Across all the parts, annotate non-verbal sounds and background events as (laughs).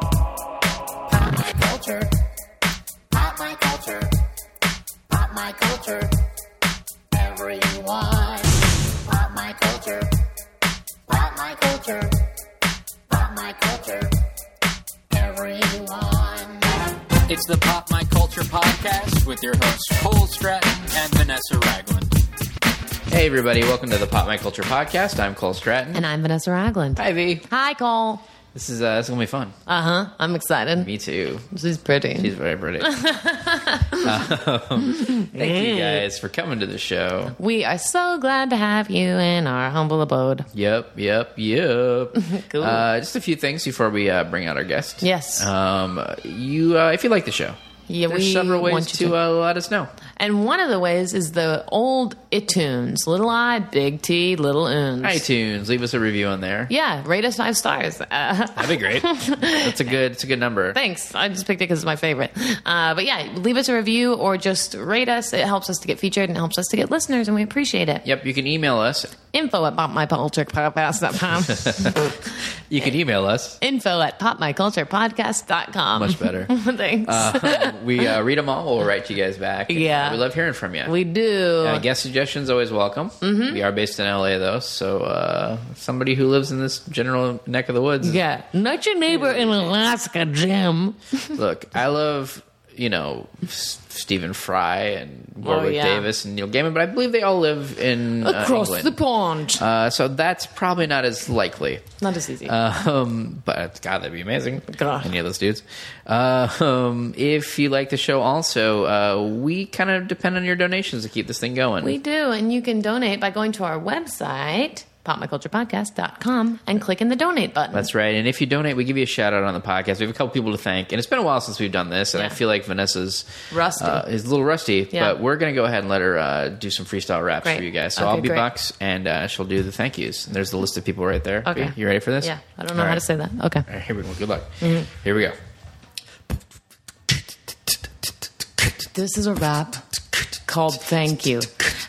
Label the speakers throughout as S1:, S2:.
S1: Pop my culture. Pop my culture. Pop my culture. Everyone. Pop my culture. Pop my culture. Pop my culture. Everyone.
S2: It's the Pop My Culture podcast with your hosts Cole Stratton and Vanessa Ragland.
S3: Hey everybody, welcome to the Pop My Culture Podcast. I'm Cole Stratton.
S4: And I'm Vanessa Ragland.
S3: Hi V.
S4: Hi, Cole.
S3: This is uh, this is gonna be fun.
S4: Uh huh. I'm excited.
S3: Me too.
S4: She's pretty.
S3: She's very pretty.
S4: (laughs)
S3: um, thank you guys for coming to the show.
S4: we are so glad to have you in our humble abode.
S3: Yep, yep,
S4: (laughs)
S3: yep.
S4: Cool.
S3: Uh, just a few things before we uh, bring out our guest.
S4: Yes.
S3: Um, you uh, if you like the show,
S4: Yeah,
S3: there's
S4: we
S3: several ways
S4: want
S3: to,
S4: you to.
S3: Uh, let us know.
S4: And one of the ways is the old iTunes, little i, big T, little oons.
S3: iTunes, leave us a review on there.
S4: Yeah, rate us five stars. Uh, (laughs)
S3: That'd be great. (laughs) That's a good. It's a good number.
S4: thanks. I just picked it because it's my favorite. Uh, but yeah, leave us a review or just rate us. It helps us to get featured and it helps us to get listeners, and we appreciate it.
S3: Yep, you can email us.
S4: Info at
S3: (laughs)
S4: popmyculturepodcast.com.
S3: You can email us.
S4: Info at popmyculturepodcast.com.
S3: Much
S4: (laughs)
S3: better.
S4: Thanks.
S3: Um, we uh, read them all. We'll write you guys back. And, uh,
S4: Yeah.
S3: we love hearing from you.
S4: we Mm-hmm. do.
S3: uh, guest suggestions always welcome. We are based in LA though, so uh, somebody who lives in this general neck of the woods. is-
S4: Yeah, not your neighbor in Alaska, Jim.
S3: Uh, Look, I love you know S- Stephen Fry and Warwick
S4: Oh, yeah.
S3: Davis and Neil Gaiman, but I believe they all live in uh,
S4: Across
S3: England.
S4: the pond.
S3: uh, so that's probably not as likely.
S4: not as easy.
S3: Um, but God, that'd be amazing.
S4: God.
S3: Any of those dudes. Uh, um, if you like the show, also, uh, we kind of depend on your donations to keep this thing going.
S4: we do, and you can donate by going to our website, popmyculturepodcast.com, and clicking the donate button.
S3: That's right. And if you donate, we give you a shout out on the podcast. We have a couple people to thank, and it's been a while since we've done this. And I
S4: Yeah.
S3: feel like Vanessa's
S4: Rusty.
S3: uh, is a little rusty.
S4: Yeah.
S3: But we're gonna go ahead and let her uh, do some freestyle raps for
S4: Great.
S3: you guys. So
S4: Okay,
S3: I'll be
S4: great.
S3: Bucks, and uh, she'll do the thank yous. And there's the list of people right there.
S4: Okay.
S3: You ready for this?
S4: yeah, I don't know
S3: All
S4: how
S3: right.
S4: to say that. Mm-hmm. Okay.
S3: All right, here we go. Good luck. Here we go. (laughs)
S4: This is a rap called Thank You.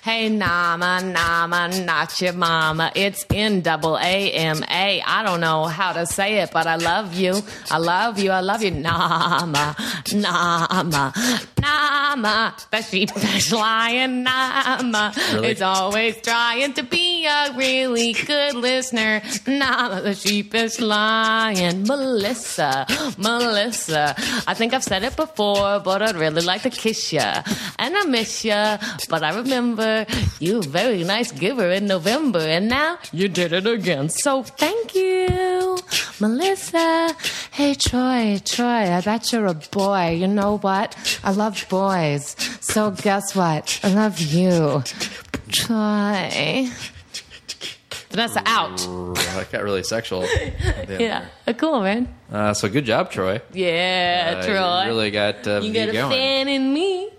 S4: Hey, Nama, Nama, not your mama. It's N double A M A. I don't know how to say it, but I love you. I love you. I love you. Nama, Nama, Nama. The sheep's lion, Nama.
S3: Really?
S4: It's always trying to be a really good listener. Nama, the sheep is lion. Melissa, Melissa. I think I've said it before, but I'd really like to kiss ya. And I miss ya, but I remember you a very nice giver in November, and now you did it again. So thank you, Melissa. Hey, Troy, Troy, I bet you're a boy. You know what? I love boys. So guess what? I love you. Troy. Vanessa out.
S3: That got really sexual.
S4: Yeah. Cool, man.
S3: Uh, so good job, Troy.
S4: Yeah,
S3: Uh,
S4: Troy.
S3: You really got uh,
S4: you
S3: me
S4: got a
S3: going.
S4: fan in me.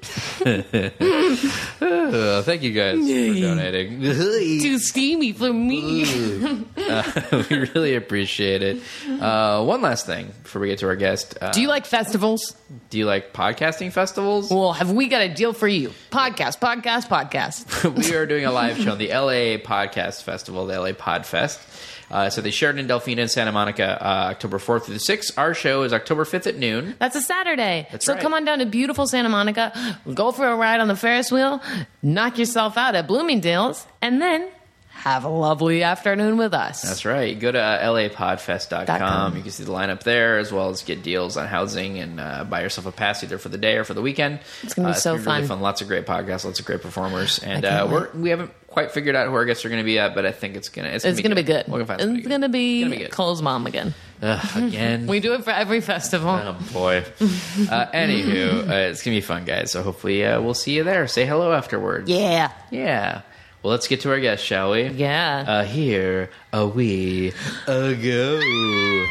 S3: Uh, thank you guys
S4: (laughs)
S3: for donating. (laughs)
S4: Too steamy for me.
S3: Uh, (laughs) we really appreciate it. Uh, one last thing before we get to our guest. Uh,
S4: Do you like festivals?
S3: do you like podcasting festivals?
S4: Well, have we got a deal for you? Podcast, podcast, podcast.
S3: (laughs) we are doing a live show on the LA Podcast Festival, the LA Podfest. Uh, so they shared in Delphina and Santa Monica uh, October 4th through the 6th. Our show is October 5th at noon.
S4: That's a Saturday.
S3: That's
S4: so
S3: right.
S4: come on down to beautiful Santa Monica, go for a ride on the Ferris wheel, knock yourself out at Bloomingdale's, and then have a lovely afternoon with us.
S3: That's right. Go to uh, lapodfest.com.
S4: com.
S3: You can see the lineup there as well as get deals on housing and uh, buy yourself a pass either for the day or for the weekend. Uh, It's
S4: gonna be so
S3: been really
S4: fun.
S3: Lots of great podcasts, lots of great performers. And uh,
S4: can't
S3: we're, we haven't quite figured out who our guests are going to be yet, but I think it's going to
S4: It's
S3: going to
S4: be good.
S3: We're going to find somebody
S4: It's gonna be,
S3: It's gonna be good.
S4: Cole's mom again. (laughs)
S3: Ugh, again.
S4: We do it for every festival.
S3: Oh boy.
S4: (laughs)
S3: uh, anywho, uh, it's gonna be fun, guys. So hopefully uh, we'll see you there. Say hello afterwards.
S4: Yeah.
S3: Yeah. Well, let's get to our guest, shall we?
S4: Yeah.
S3: Uh, here a we a go.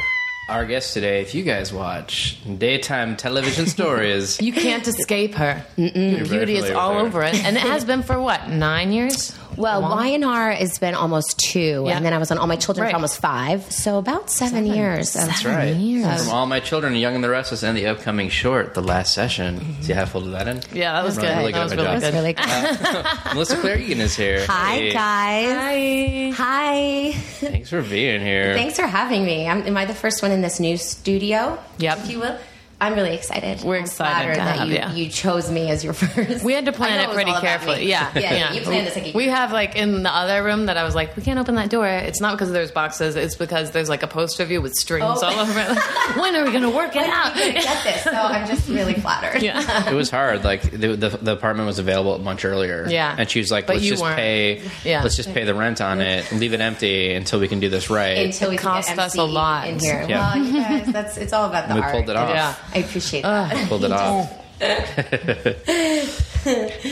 S3: Our guest today, if you guys watch daytime television stories,
S4: (laughs) you can't escape her. Beauty is all over it. And it has been for what, nine years?
S5: Well, Y&R has been almost two,
S4: Yeah.
S5: and then I was on All My Children
S4: Right.
S5: for almost five, so about seven, years. of-
S3: That's right.
S4: Years.
S3: From all my children, Young and the Restless, and the upcoming short, The Last Session. See how I folded that in?
S4: Mm-hmm. Yeah, that was
S3: Really
S4: good.
S3: good
S4: that was
S3: of a
S4: really
S3: job.
S5: That's
S4: good.
S5: really
S4: (laughs)
S5: good.
S3: Melissa Claire Egan is here.
S5: Hi,
S3: Hey,
S5: guys.
S4: Hi.
S5: Hi.
S3: Thanks for being here.
S5: Thanks for having me. I'm, am I the first one in this new studio?
S4: Yep.
S5: If you will. I'm really excited.
S4: We're
S5: I'm
S4: excited
S5: flattered
S4: to
S5: that
S4: have
S5: you,
S4: ya.
S5: you chose me as your (laughs) first.
S4: We had to
S5: I
S4: plan
S5: know
S4: it
S5: was
S4: pretty
S5: all about
S4: carefully.
S5: me.
S4: Yeah.
S5: yeah. You planned this like a
S4: We (laughs) have like in the other room that I was like, we can't open that door. It's not because there's boxes. It's because there's like a poster of you with strings all
S5: Oh.
S4: over it. Like, (laughs) when are we going to work it
S5: I didn't
S4: out?
S5: get this, so I'm just really flattered.
S4: yeah.
S3: It was hard. Like the, the the apartment was available much earlier.
S4: Yeah.
S3: and she was like,
S4: But
S3: "Let's
S4: you
S3: just
S4: weren't.
S3: pay.
S4: Yeah.
S3: let's just pay the rent on it, leave it empty until we can do this right."
S5: Until we
S4: It
S5: can get
S4: cost us
S5: MC
S4: a lot.
S5: in here.
S3: Yeah.
S5: Well, you guys, that's it's all about the
S3: and we
S5: art.
S3: pulled it off.
S4: Yeah.
S5: I appreciate that.
S3: Pulled it
S4: (laughs)
S3: off.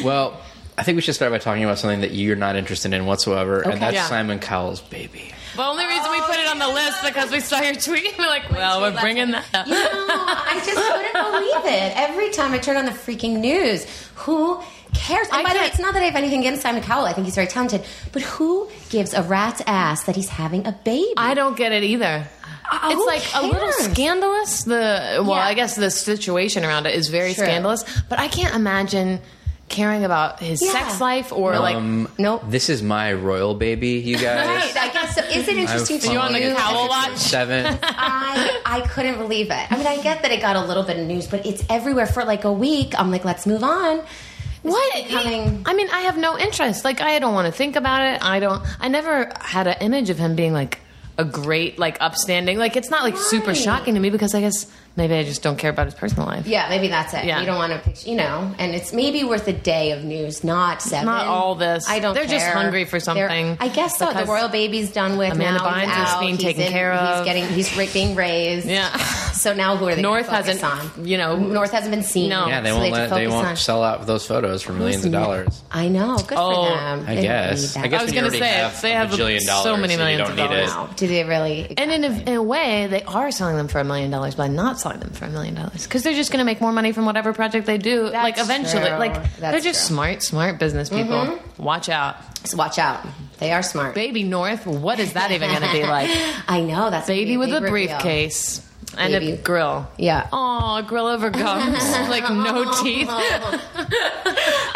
S3: well, I think we should start by talking about something that you're not interested in whatsoever,
S5: Okay.
S3: and that's
S4: Yeah.
S3: Simon Cowell's baby.
S4: (laughs) The only reason we put it on the list because we saw your tweet. (laughs) We're like, well, we're bringing that up.
S5: You know, I just couldn't believe it. Every time I turn on the freaking news, who cares? And
S4: I
S5: by the way,
S4: can't-
S5: it's not that I have anything against Simon Cowell. I think he's very talented, but who gives a rat's ass that he's having a baby?
S4: I don't get it either.
S5: Uh,
S4: it's
S5: who
S4: like a little
S5: cares?
S4: scandalous. The well,
S5: Yeah.
S4: I guess the situation around it is very
S5: Sure.
S4: scandalous. But I can't imagine caring about his
S5: Yeah.
S4: sex life or like.
S3: Um,
S5: Nope.
S3: This is my royal baby, you guys.
S5: Right, I guess so. Is it interesting
S3: I've
S5: to
S4: you on the
S5: you?
S4: Cowell watch? (laughs)
S3: Seven.
S5: I I couldn't believe it. I mean, I get that it got a little bit of news, but it's everywhere for like a week. I'm like, let's move on. This
S4: What?
S5: is Becoming,
S4: I mean, I have no interest. Like, I don't want to think about it. I don't. I never had an image of him being like a great, like upstanding. Like, it's not like super
S5: Right.
S4: shocking to me because I guess maybe I just don't care about his personal life.
S5: yeah, maybe that's it.
S4: Yeah.
S5: You don't want to picture, you know, and it's maybe worth a day of news, not seven.
S4: Not all this.
S5: I don't.
S4: They're just
S5: care.
S4: hungry for something.
S5: I guess so. The
S4: Because-
S5: royal baby's done with.
S4: Amanda
S5: now he's
S4: Bynes is
S5: out,
S4: being
S5: he's
S4: taken
S5: in-
S4: care
S5: He's
S4: of.
S5: getting. He's ra- being
S4: (laughs)
S5: raised.
S4: Yeah.
S5: So now who are they? gonna
S4: North
S5: focus
S4: hasn't-
S5: on?
S4: you know-
S5: North hasn't been seen.
S4: No.
S3: Yeah, they
S5: so
S3: won't.
S5: have to
S3: Let, they
S5: focus
S3: won't
S5: on-
S3: sell out those photos for millions of dollars.
S5: I know. Good
S4: Oh.
S5: for them.
S3: I
S5: They
S3: guess. I
S5: don't need that.
S3: guess
S4: I
S3: when
S4: was
S3: you
S4: gonna
S3: already
S4: say,
S3: have
S4: they
S3: a
S4: have
S3: bajillion
S4: so
S3: dollars, and
S4: many
S3: you
S4: millions
S3: don't
S4: of
S3: need
S4: dollars.
S3: it.
S5: Wow. Do they really?
S4: And in a, in a way, they are selling them for a million dollars by not selling them for a million dollars because they're just going to make more money from whatever project they do. like eventually,
S5: true.
S4: like they're
S5: That's
S4: just
S5: true. Mm-hmm.
S4: smart, smart business people. Watch out,
S5: So watch out. They are smart.
S4: baby North. What is that even going to be like?
S5: (laughs) I know. That's gonna be
S4: Baby with
S5: big
S4: a
S5: reveal.
S4: briefcase and
S5: Baby.
S4: a grill.
S5: Yeah.
S4: Oh, grill over gums,
S5: (laughs)
S4: like no teeth.
S5: I've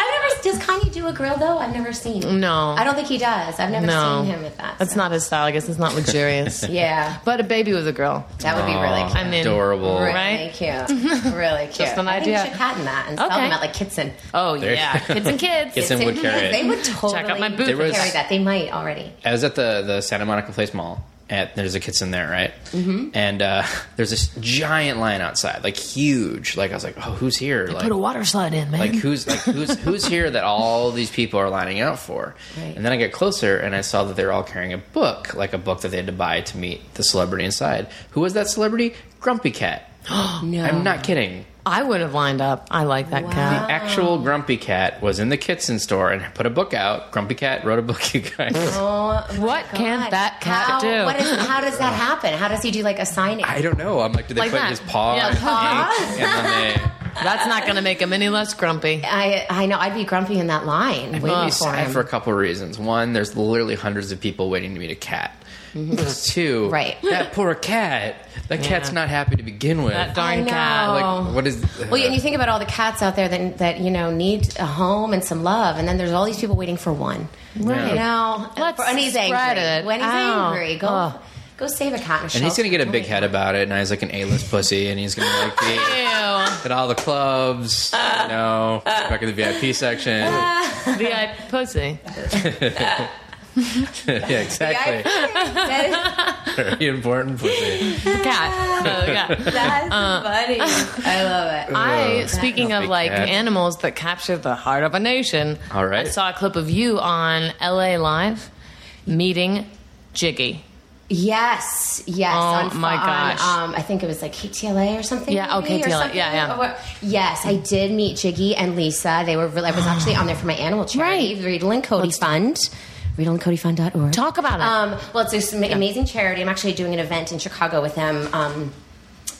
S5: never. Does Kanye do a grill though? I've never seen.
S4: No.
S5: I don't think he does. I've never
S4: No,
S5: seen him with that.
S4: That's
S5: so.
S4: not his style. I guess it's not luxurious.
S5: (laughs) Yeah,
S4: But a baby with a grill.
S5: that would be really
S3: Aw,
S5: cute.
S4: I mean,
S3: adorable.
S5: really
S4: right?
S5: cute.
S4: (laughs)
S5: Really cute.
S4: Just an
S5: I
S4: idea.
S5: Think you should patent that and sell
S4: Okay.
S5: them at like Kitson.
S4: Oh
S3: There-
S4: yeah, kids and kids.
S3: Kids and- would carry it.
S5: They would totally
S4: Check out my booth.
S3: There was-
S5: carry that. They might already.
S3: I was at the the Santa Monica Place Mall. At, there's a kitchen there, right? Mm-hmm. And uh, (laughs) there's this giant line outside, like huge. Like I was like, oh, who's here? Like,
S4: Put a water slide in, man.
S3: like who's like who's who's here that all these people are lining up for?
S5: Right.
S3: And then I get closer and I saw that they were all carrying a book, like a book that they had to buy to meet the celebrity inside. Who was that celebrity? Grumpy Cat.
S5: No,
S3: I'm not kidding.
S4: I would have lined up. I like that cat.
S3: The actual Grumpy Cat was in the Kitson store and put a book out. Grumpy Cat wrote a book, (laughs) you guys.
S5: Oh, my
S4: What can
S5: God.
S4: that cat
S5: how,
S4: do?
S5: What is, how does that happen? How does he do like a signing?
S3: I don't know. I'm like, did they
S4: Like
S3: put
S4: that.
S3: his paw (laughs)
S4: Yeah.
S3: in ink and then they
S4: (laughs) That's not going to make him any less grumpy.
S5: I I know I'd be grumpy in that line (laughs) waiting
S3: Made me
S5: for
S3: sad
S5: him.
S3: for a couple of reasons. One, there's literally hundreds of people waiting to meet a cat. (laughs) Two,
S5: Mm-hmm. Right.
S3: That poor cat. That cat's not happy to begin with.
S4: That
S5: I
S4: darn
S5: know.
S4: cat.
S3: like, what is?
S5: well, and you think about all the cats out there that that you know need a home and some love, and then there's all these people waiting for one.
S3: Right.
S5: You know,
S4: Let's
S5: when he's angry,
S4: spread it Oh.
S5: when he's
S4: out.
S5: angry, go
S4: Ugh.
S5: go save a cat. And,
S3: and he's gonna
S5: (laughs)
S3: get a big head about it, and he's like an A-list pussy, and he's gonna like be
S4: (laughs)
S5: (laughs)
S4: Ew.
S3: at all the clubs, you know, back in the VIP
S4: (laughs)
S3: section. (laughs)
S4: The eye pussy.
S3: yeah, exactly.
S5: That
S3: Very important pussy.
S4: The cat. Oh, yeah.
S3: (laughs)
S5: is, that is
S4: Uh.
S5: funny. I love it.
S4: I, speaking of
S3: Big
S4: like
S3: cat.
S4: animals that capture the heart of a nation,
S3: All right.
S4: I saw a clip of you on LA Live meeting Jiggy.
S5: Yes, yes.
S4: Oh,
S5: on,
S4: my
S5: on,
S4: gosh.
S5: um, I think it was like KTLA or something.
S4: Yeah, oh,
S5: maybe, or
S4: KTLA,
S5: something.
S4: yeah, yeah.
S5: Or- yes, I did meet Jiggy and Lisa. They were really, I was actually on there for my animal charity,
S4: Right.
S5: right. Riedel and Cody Fund. Riedel and Cody Fund.org.
S4: Talk about it.
S5: Um, well, it's this ama- amazing charity. I'm actually doing an event in Chicago with them. Um,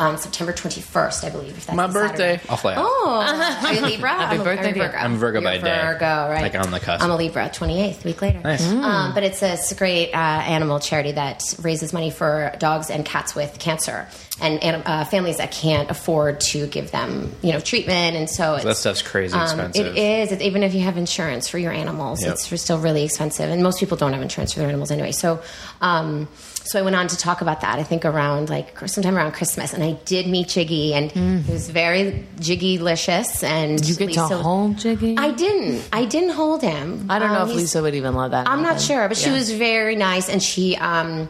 S5: on September 21st, I believe. If that's
S3: My
S5: a
S3: birthday.
S5: Saturday.
S3: I'll fly out. (laughs)
S5: Oh, are you Libra? Happy I'm a-
S4: birthday
S5: I'm
S4: to
S5: a
S4: you.
S5: Virgo.
S3: I'm Virgo
S5: You're
S3: by day.
S5: Virgo, right?
S3: Like, on the cusp.
S5: I'm a Libra. 28th, week later.
S3: Nice. Hmm.
S5: Um, but it's a, it's a great uh, animal charity that raises money for dogs and cats with cancer and anim- uh, families that can't afford to give them, you know, treatment. And so, it's, um,
S3: that stuff's crazy expensive.
S5: It is. It's, even if you have insurance for your animals,
S3: Yep.
S5: it's still really expensive. And most people don't have insurance for their animals anyway. So, um, so I went on to talk about that. I think around like sometime around Christmas, and I did meet Jiggy, and it was very Jiggy licious. And
S4: Mm. You get to
S5: Lisa,
S4: hold Jiggy?
S5: I didn't. I didn't hold him.
S4: I don't know
S5: Um,
S4: if
S5: he's-
S4: Lisa would even love that.
S5: I'm not
S4: album.
S5: sure, but she
S4: Yeah.
S5: was very nice, and she. Um,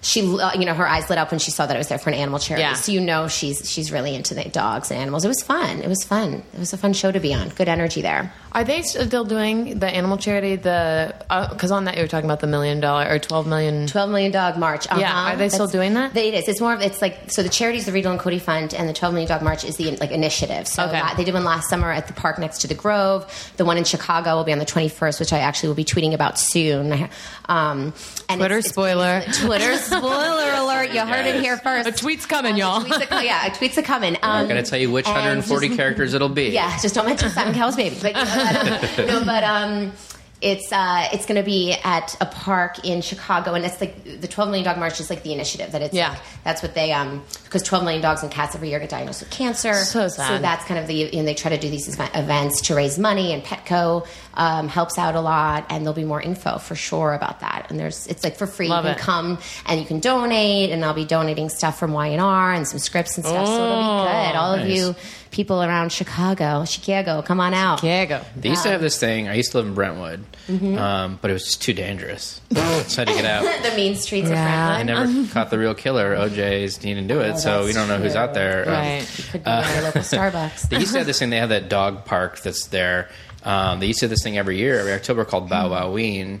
S5: she, uh, you know, her eyes lit up when she saw that it was there for an animal charity.
S4: Yeah.
S5: So you know she's she's really into the dogs and animals. It was fun. It was fun. It was a fun show to be on. Good energy there.
S4: Are they still doing the animal charity? The because on that you were talking about the million dollar or twelve million.
S5: Twelve Million Dog March. Uh-huh.
S4: Yeah, are they still doing that?
S5: They, it is. It's more of it's like so. The charity is the Riedel and Cody Fund, and the Twelve Million Dog March is the like initiative. So
S4: Okay.
S5: that- they did one last summer at the park next to the Grove. The one in Chicago will be on the twenty first, which I actually will be tweeting about soon. Um, and
S4: Twitter
S5: it's- it's-
S4: spoiler.
S5: (laughs) Twitter spoiler alert! You heard it here first.
S4: A tweet's coming, y'all. (laughs)
S5: Tweets are co- yeah, a tweets are coming. Um,
S3: I'm not going to tell you which
S5: and
S3: 140
S5: just-
S3: characters it'll be.
S5: yeah, just don't mention Simon Cowell's baby. But you
S4: (laughs)
S5: know, no, but um, it's uh, it's going to be at a park in Chicago, and it's like the Twelve Million Dog March is like the initiative that it's
S4: Yeah.
S5: like, that's what they um because twelve million dogs and cats every year get diagnosed with cancer.
S4: So sad.
S5: So that's kind of the and they try to do these ev- events to raise money, and Petco um, helps out a lot, and there'll be more info for sure about that. And there's it's like for free.
S4: Love
S5: you can
S4: it.
S5: come and you can donate, and I'll be donating stuff from Y and R and some scripts and stuff. So it'll be
S4: Oh,
S5: good. All of
S3: Nice.
S5: you people around Chicago, Chicago, come on out.
S4: There you go.
S3: They used to
S4: Um,
S3: have this thing. I used to live in Brentwood,
S4: Mm-hmm.
S3: um, but it was just too
S4: (laughs)
S3: dangerous. so I had to get out.
S5: the mean streets
S4: Yeah.
S5: of
S3: I
S5: Franklin.
S3: never
S4: Um,
S3: caught the real killer. OJ's didn't do it, so we
S5: that's
S3: don't know who's
S5: true.
S3: out there. Um,
S4: Oh, Right.
S5: Could be at your local Starbucks.
S3: They used
S4: (laughs)
S3: to have this thing. They have that dog park that's there. Um, they used to have this thing every year, every October, called Bow Woween. Um,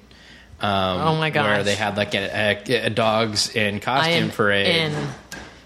S4: Mm-hmm. Oh my gosh.
S3: Where they had like a, a, a dogs in
S4: I
S3: costume
S4: am
S3: parade.
S4: in.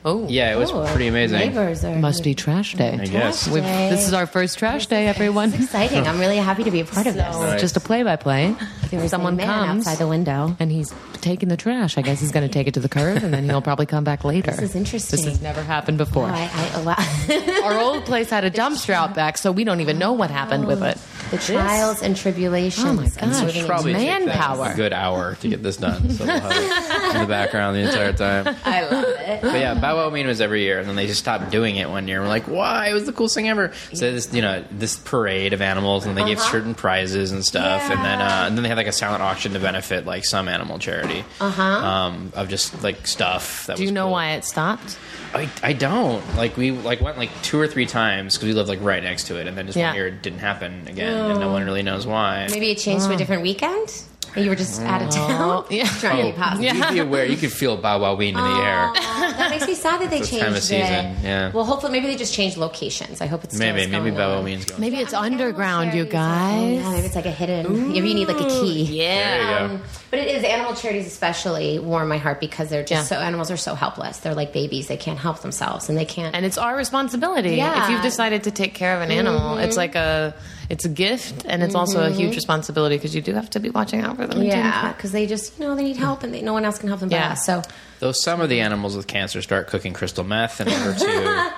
S4: Oh
S3: Yeah, it
S5: (laughs)
S3: was
S5: Ooh,
S3: pretty amazing.
S5: Neighbors are
S4: must be trash day.
S3: I guess.
S4: We've, this is our first trash day, everyone.
S5: It's exciting. I'm really happy to be a part of this.
S3: Nice.
S4: Just a play-by-play.
S5: There was
S4: Someone
S5: a man
S4: comes
S5: outside the window.
S4: and he's taking the trash. I guess he's going to take it to the curb, and then he'll probably come back later.
S5: This is interesting.
S4: This has never happened before.
S5: I, I (laughs) allow-
S4: Our old place had a dumpster out back, so we don't even know what happened with it.
S5: the trials and tribulations.
S4: Oh my
S5: of
S4: gosh.
S5: living in
S3: Probably took them
S4: Manpower.
S3: A good hour to get this done. So we'll have it in
S4: (laughs)
S3: the background the entire time.
S5: I love it.
S3: But yeah, Bow Wow Mean was every year, and then they just stopped doing it one year. We're like, why? It was the coolest thing ever. So this, you know, this parade of animals, and they give
S4: Uh-huh.
S3: certain prizes and stuff, and then uh, and then they had like a silent auction to benefit like some animal charity um, of just like stuff. That
S4: Uh-huh. Do you
S3: was
S4: know
S3: cool.
S4: why it stopped?
S3: I, I don't like we like went like two or three times because we lived like right next to it, and then just
S4: Yeah.
S3: one year it didn't happen again, and no one really knows why.
S5: Maybe it changed to a different weekend. You were just out of town.
S4: Yeah.
S5: Trying to be positive.
S3: You'd be aware. You could feel Bow Wow Ween in the air.
S4: Oh.
S5: That makes me sad that
S3: (laughs)
S5: they
S3: It's the
S5: changed
S3: time of season,
S5: it.
S3: yeah.
S5: Well, hopefully, maybe they just changed locations. I hope it's still
S3: Maybe
S5: is
S3: maybe
S5: going
S3: Bow Wow
S5: on.
S3: Ween's going.
S4: Maybe it's
S5: Animal
S4: underground, you
S5: charities, like, oh, yeah,
S4: guys.
S5: maybe it's like oh, a hidden. Maybe you need like a key.
S3: There you go.
S5: Um, but it is animal charities, especially warm my heart because they're just
S4: Yeah.
S5: so animals are so helpless. They're like babies; they can't help themselves, and they can't.
S4: And it's our responsibility.
S5: Yeah. Mm-hmm.
S4: If you've decided to take care of an animal, it's like a it's a gift and it's also a huge responsibility because you do have to be watching out for them.
S5: yeah, because they just you know they need help, and they, no one else can help them.
S4: Yeah.
S5: Yeah. But us. So
S3: Though some of the animals with cancer start cooking crystal meth in order to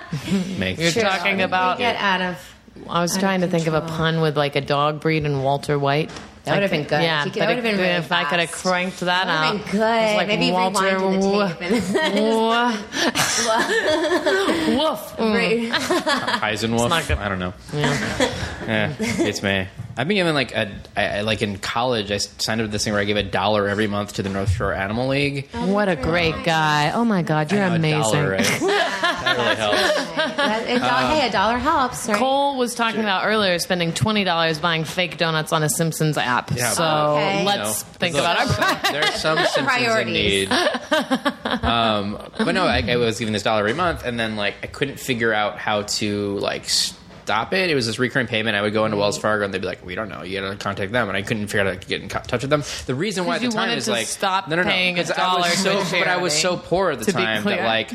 S4: (laughs)
S3: make
S4: You're talking about (laughs)
S5: get out of.
S4: I was trying to think of a
S5: control.
S4: pun with like a dog breed and Walter White.
S5: That would have been good.
S4: Yeah,
S5: You could-
S4: but
S5: that would have been
S4: it-
S5: really
S4: if I could have
S5: fast.
S4: cranked that,
S5: That
S4: out.
S5: would
S4: it
S5: have
S4: was
S5: been good.
S4: like
S5: oh maybe
S4: Walter
S5: rewind the
S4: Wo-
S5: tape and (laughs)
S4: (laughs) Woof.
S5: Mm-hmm.
S4: Mm. (laughs)
S5: Right.
S3: Heisenwolf.
S4: not good.
S3: I don't know. Yeah. it's me. I've been given like a I, I- like in college. I signed up to this thing where I give a dollar every month to the North Shore Animal League.
S4: What a great guy. Oh my God, you're
S3: A
S4: amazing.
S3: dollar, right?
S4: (laughs)
S3: that really helps.
S5: That- it's
S3: Uh,
S5: all- hey, a dollar helps, right?
S4: Cole was talking about earlier spending twenty dollars buying fake donuts on a Simpsons app.
S3: Yeah.
S4: so
S5: Oh,
S3: You
S5: Okay.
S3: know,
S4: let's think
S3: look,
S4: about our price.
S3: There are
S5: (laughs)
S3: some (laughs)
S5: Priorities.
S3: priorities. Um, but no, I, I was giving this dollar every month, and then like I couldn't figure out how to like stop it. It was this recurring payment. I would go into Wells Fargo, and they'd be like, "We don't know. You got to contact them." And I couldn't figure out how to get in co- touch with them. The reason why at the
S4: you
S3: time
S4: wanted
S3: is
S4: to
S3: like
S4: stop
S3: no, no, no,
S4: paying a
S3: 'cause I
S4: dollar
S3: was
S4: to
S3: so,
S4: a
S3: but I was
S4: charity,
S3: so poor at the
S4: to be
S3: time
S4: clear.
S3: that like.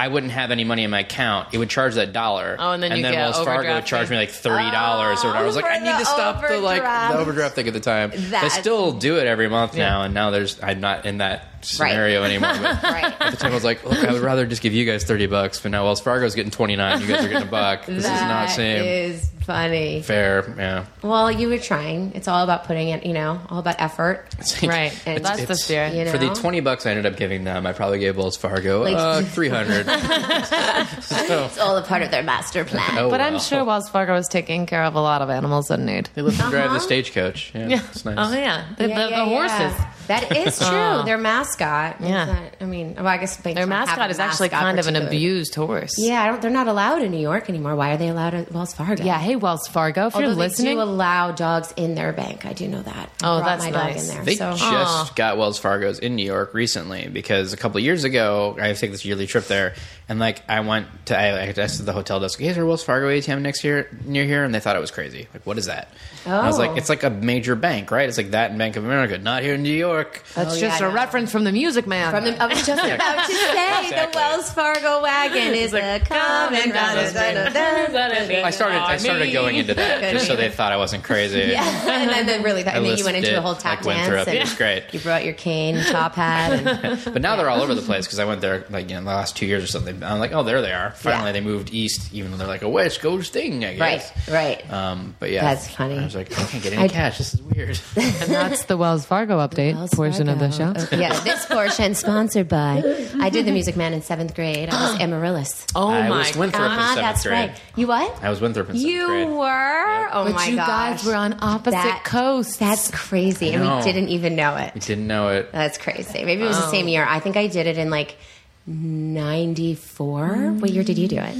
S3: I wouldn't have any money in my account. It would charge that dollar.
S4: Oh, and then you get
S3: Wells Fargo would
S4: overdraft
S3: charge
S4: fee.
S3: me like thirty dollars or whatever. I was like,
S5: Oh, for
S3: I need
S5: the
S3: to stop the like
S5: overdraft.
S3: the overdraft thing at the time. But I
S5: That's-
S3: still do it every month now, and now there's I'm not in that
S5: (laughs)
S3: scenario anymore. But at
S5: Right.
S3: the time, I was like, Look, I would rather just give you guys thirty bucks, but now Wells Fargo's getting twenty nine. You guys are getting a buck. This is not
S5: That
S3: same
S5: is funny.
S3: fair. Yeah,
S5: Well, you were trying. It's all about putting it, you know, all about effort.
S3: It's like- (laughs)
S4: Right.
S5: And
S4: That's the
S3: it's-
S4: spirit.
S5: you know?
S3: For the twenty bucks I ended up giving them, I probably gave Wells Fargo
S5: Like- (laughs)
S3: uh, three hundred. so,
S5: It's all a part of their master plan.
S3: oh
S4: But I'm
S3: well.
S4: sure Wells Fargo is taking care of a lot of animals in need.
S3: they let them drive
S5: Uh-huh.
S3: the stagecoach. Yeah,
S4: (laughs) Yeah.
S3: it's nice.
S4: Oh yeah, (laughs) the,
S5: Yeah,
S4: the,
S5: yeah,
S4: the
S5: yeah.
S4: horses. Oh.
S5: That
S4: (laughs)
S5: is true. Their mascot. is
S4: Yeah.
S5: not- I mean, well, I guess banks
S4: Their
S5: don't have
S4: mascot
S5: a
S4: is actually
S5: mascot
S4: kind of an
S5: particularly.
S4: abused horse.
S5: Yeah, I don't, they're not allowed in New York anymore. Why are they allowed at Wells Fargo?
S4: Yeah. Hey, Wells Fargo, if
S5: Although
S4: you're listening,
S5: they do allow dogs in their bank. I do know that. I
S4: Oh,
S5: brought
S4: that's
S5: my
S4: nice.
S5: dog in there.
S3: They
S5: so. Oh.
S3: just got Wells Fargo's in New York recently because a couple of years ago, I take this yearly trip there, and like I went to I, I asked the hotel desk, "Hey, "Is there a Wells Fargo ATM next year near here?" And they thought it was crazy. Like, what is that? And I was
S5: Oh.
S3: like, "It's like a major bank, right? It's like that and Bank of America, not here in New York."
S4: that's
S5: Oh,
S4: just
S5: yeah, I
S4: a
S5: know.
S4: reference from the Music Man. (laughs)
S5: From the, I was just about to say the Wells Fargo wagon is a common
S3: I started. I started going into that just so
S5: (laughs)
S3: they thought I wasn't crazy.
S5: Yeah, (laughs) and then they really, and then you
S3: listed
S5: went into
S3: it,
S5: a whole tap
S3: like, went
S5: dance.
S3: through it.
S5: and
S3: It was great.
S5: You brought your cane, top hat,
S3: (laughs)
S5: and
S3: But now they're all over the place because I went there like you know, in the last two years or something. I'm like, oh, there they are. Finally,
S5: Yeah.
S3: they moved east, even though they're like a West Coast thing, I guess.
S5: Right, right.
S3: Um, but yeah,
S5: That's funny.
S3: I was like, I can't get any
S5: I-
S3: cash. This is
S4: (laughs)
S3: weird.
S4: and that's the Wells Fargo update
S5: Wells
S4: portion of the show.
S5: Fargo. Uh, yeah, this portion sponsored by. I did the Music Man in seventh grade.
S3: (gasps)
S5: I was Amaryllis.
S4: Oh
S3: I
S4: my
S3: was Winthrop in
S5: Uh-huh,
S3: seventh
S5: that's
S3: grade.
S5: right. You what?
S3: I was Winthrop in seventh
S5: you
S3: grade.
S5: were. Oh
S4: But
S5: my
S4: you
S5: gosh.
S4: guys were on opposite
S5: That-
S4: coasts.
S5: That's crazy, and
S3: No.
S5: we didn't even know
S3: I
S5: it.
S3: didn't know it.
S5: That's crazy. Maybe it was the
S3: Oh.
S5: same year. I think I did it in like '94. What year did you do it?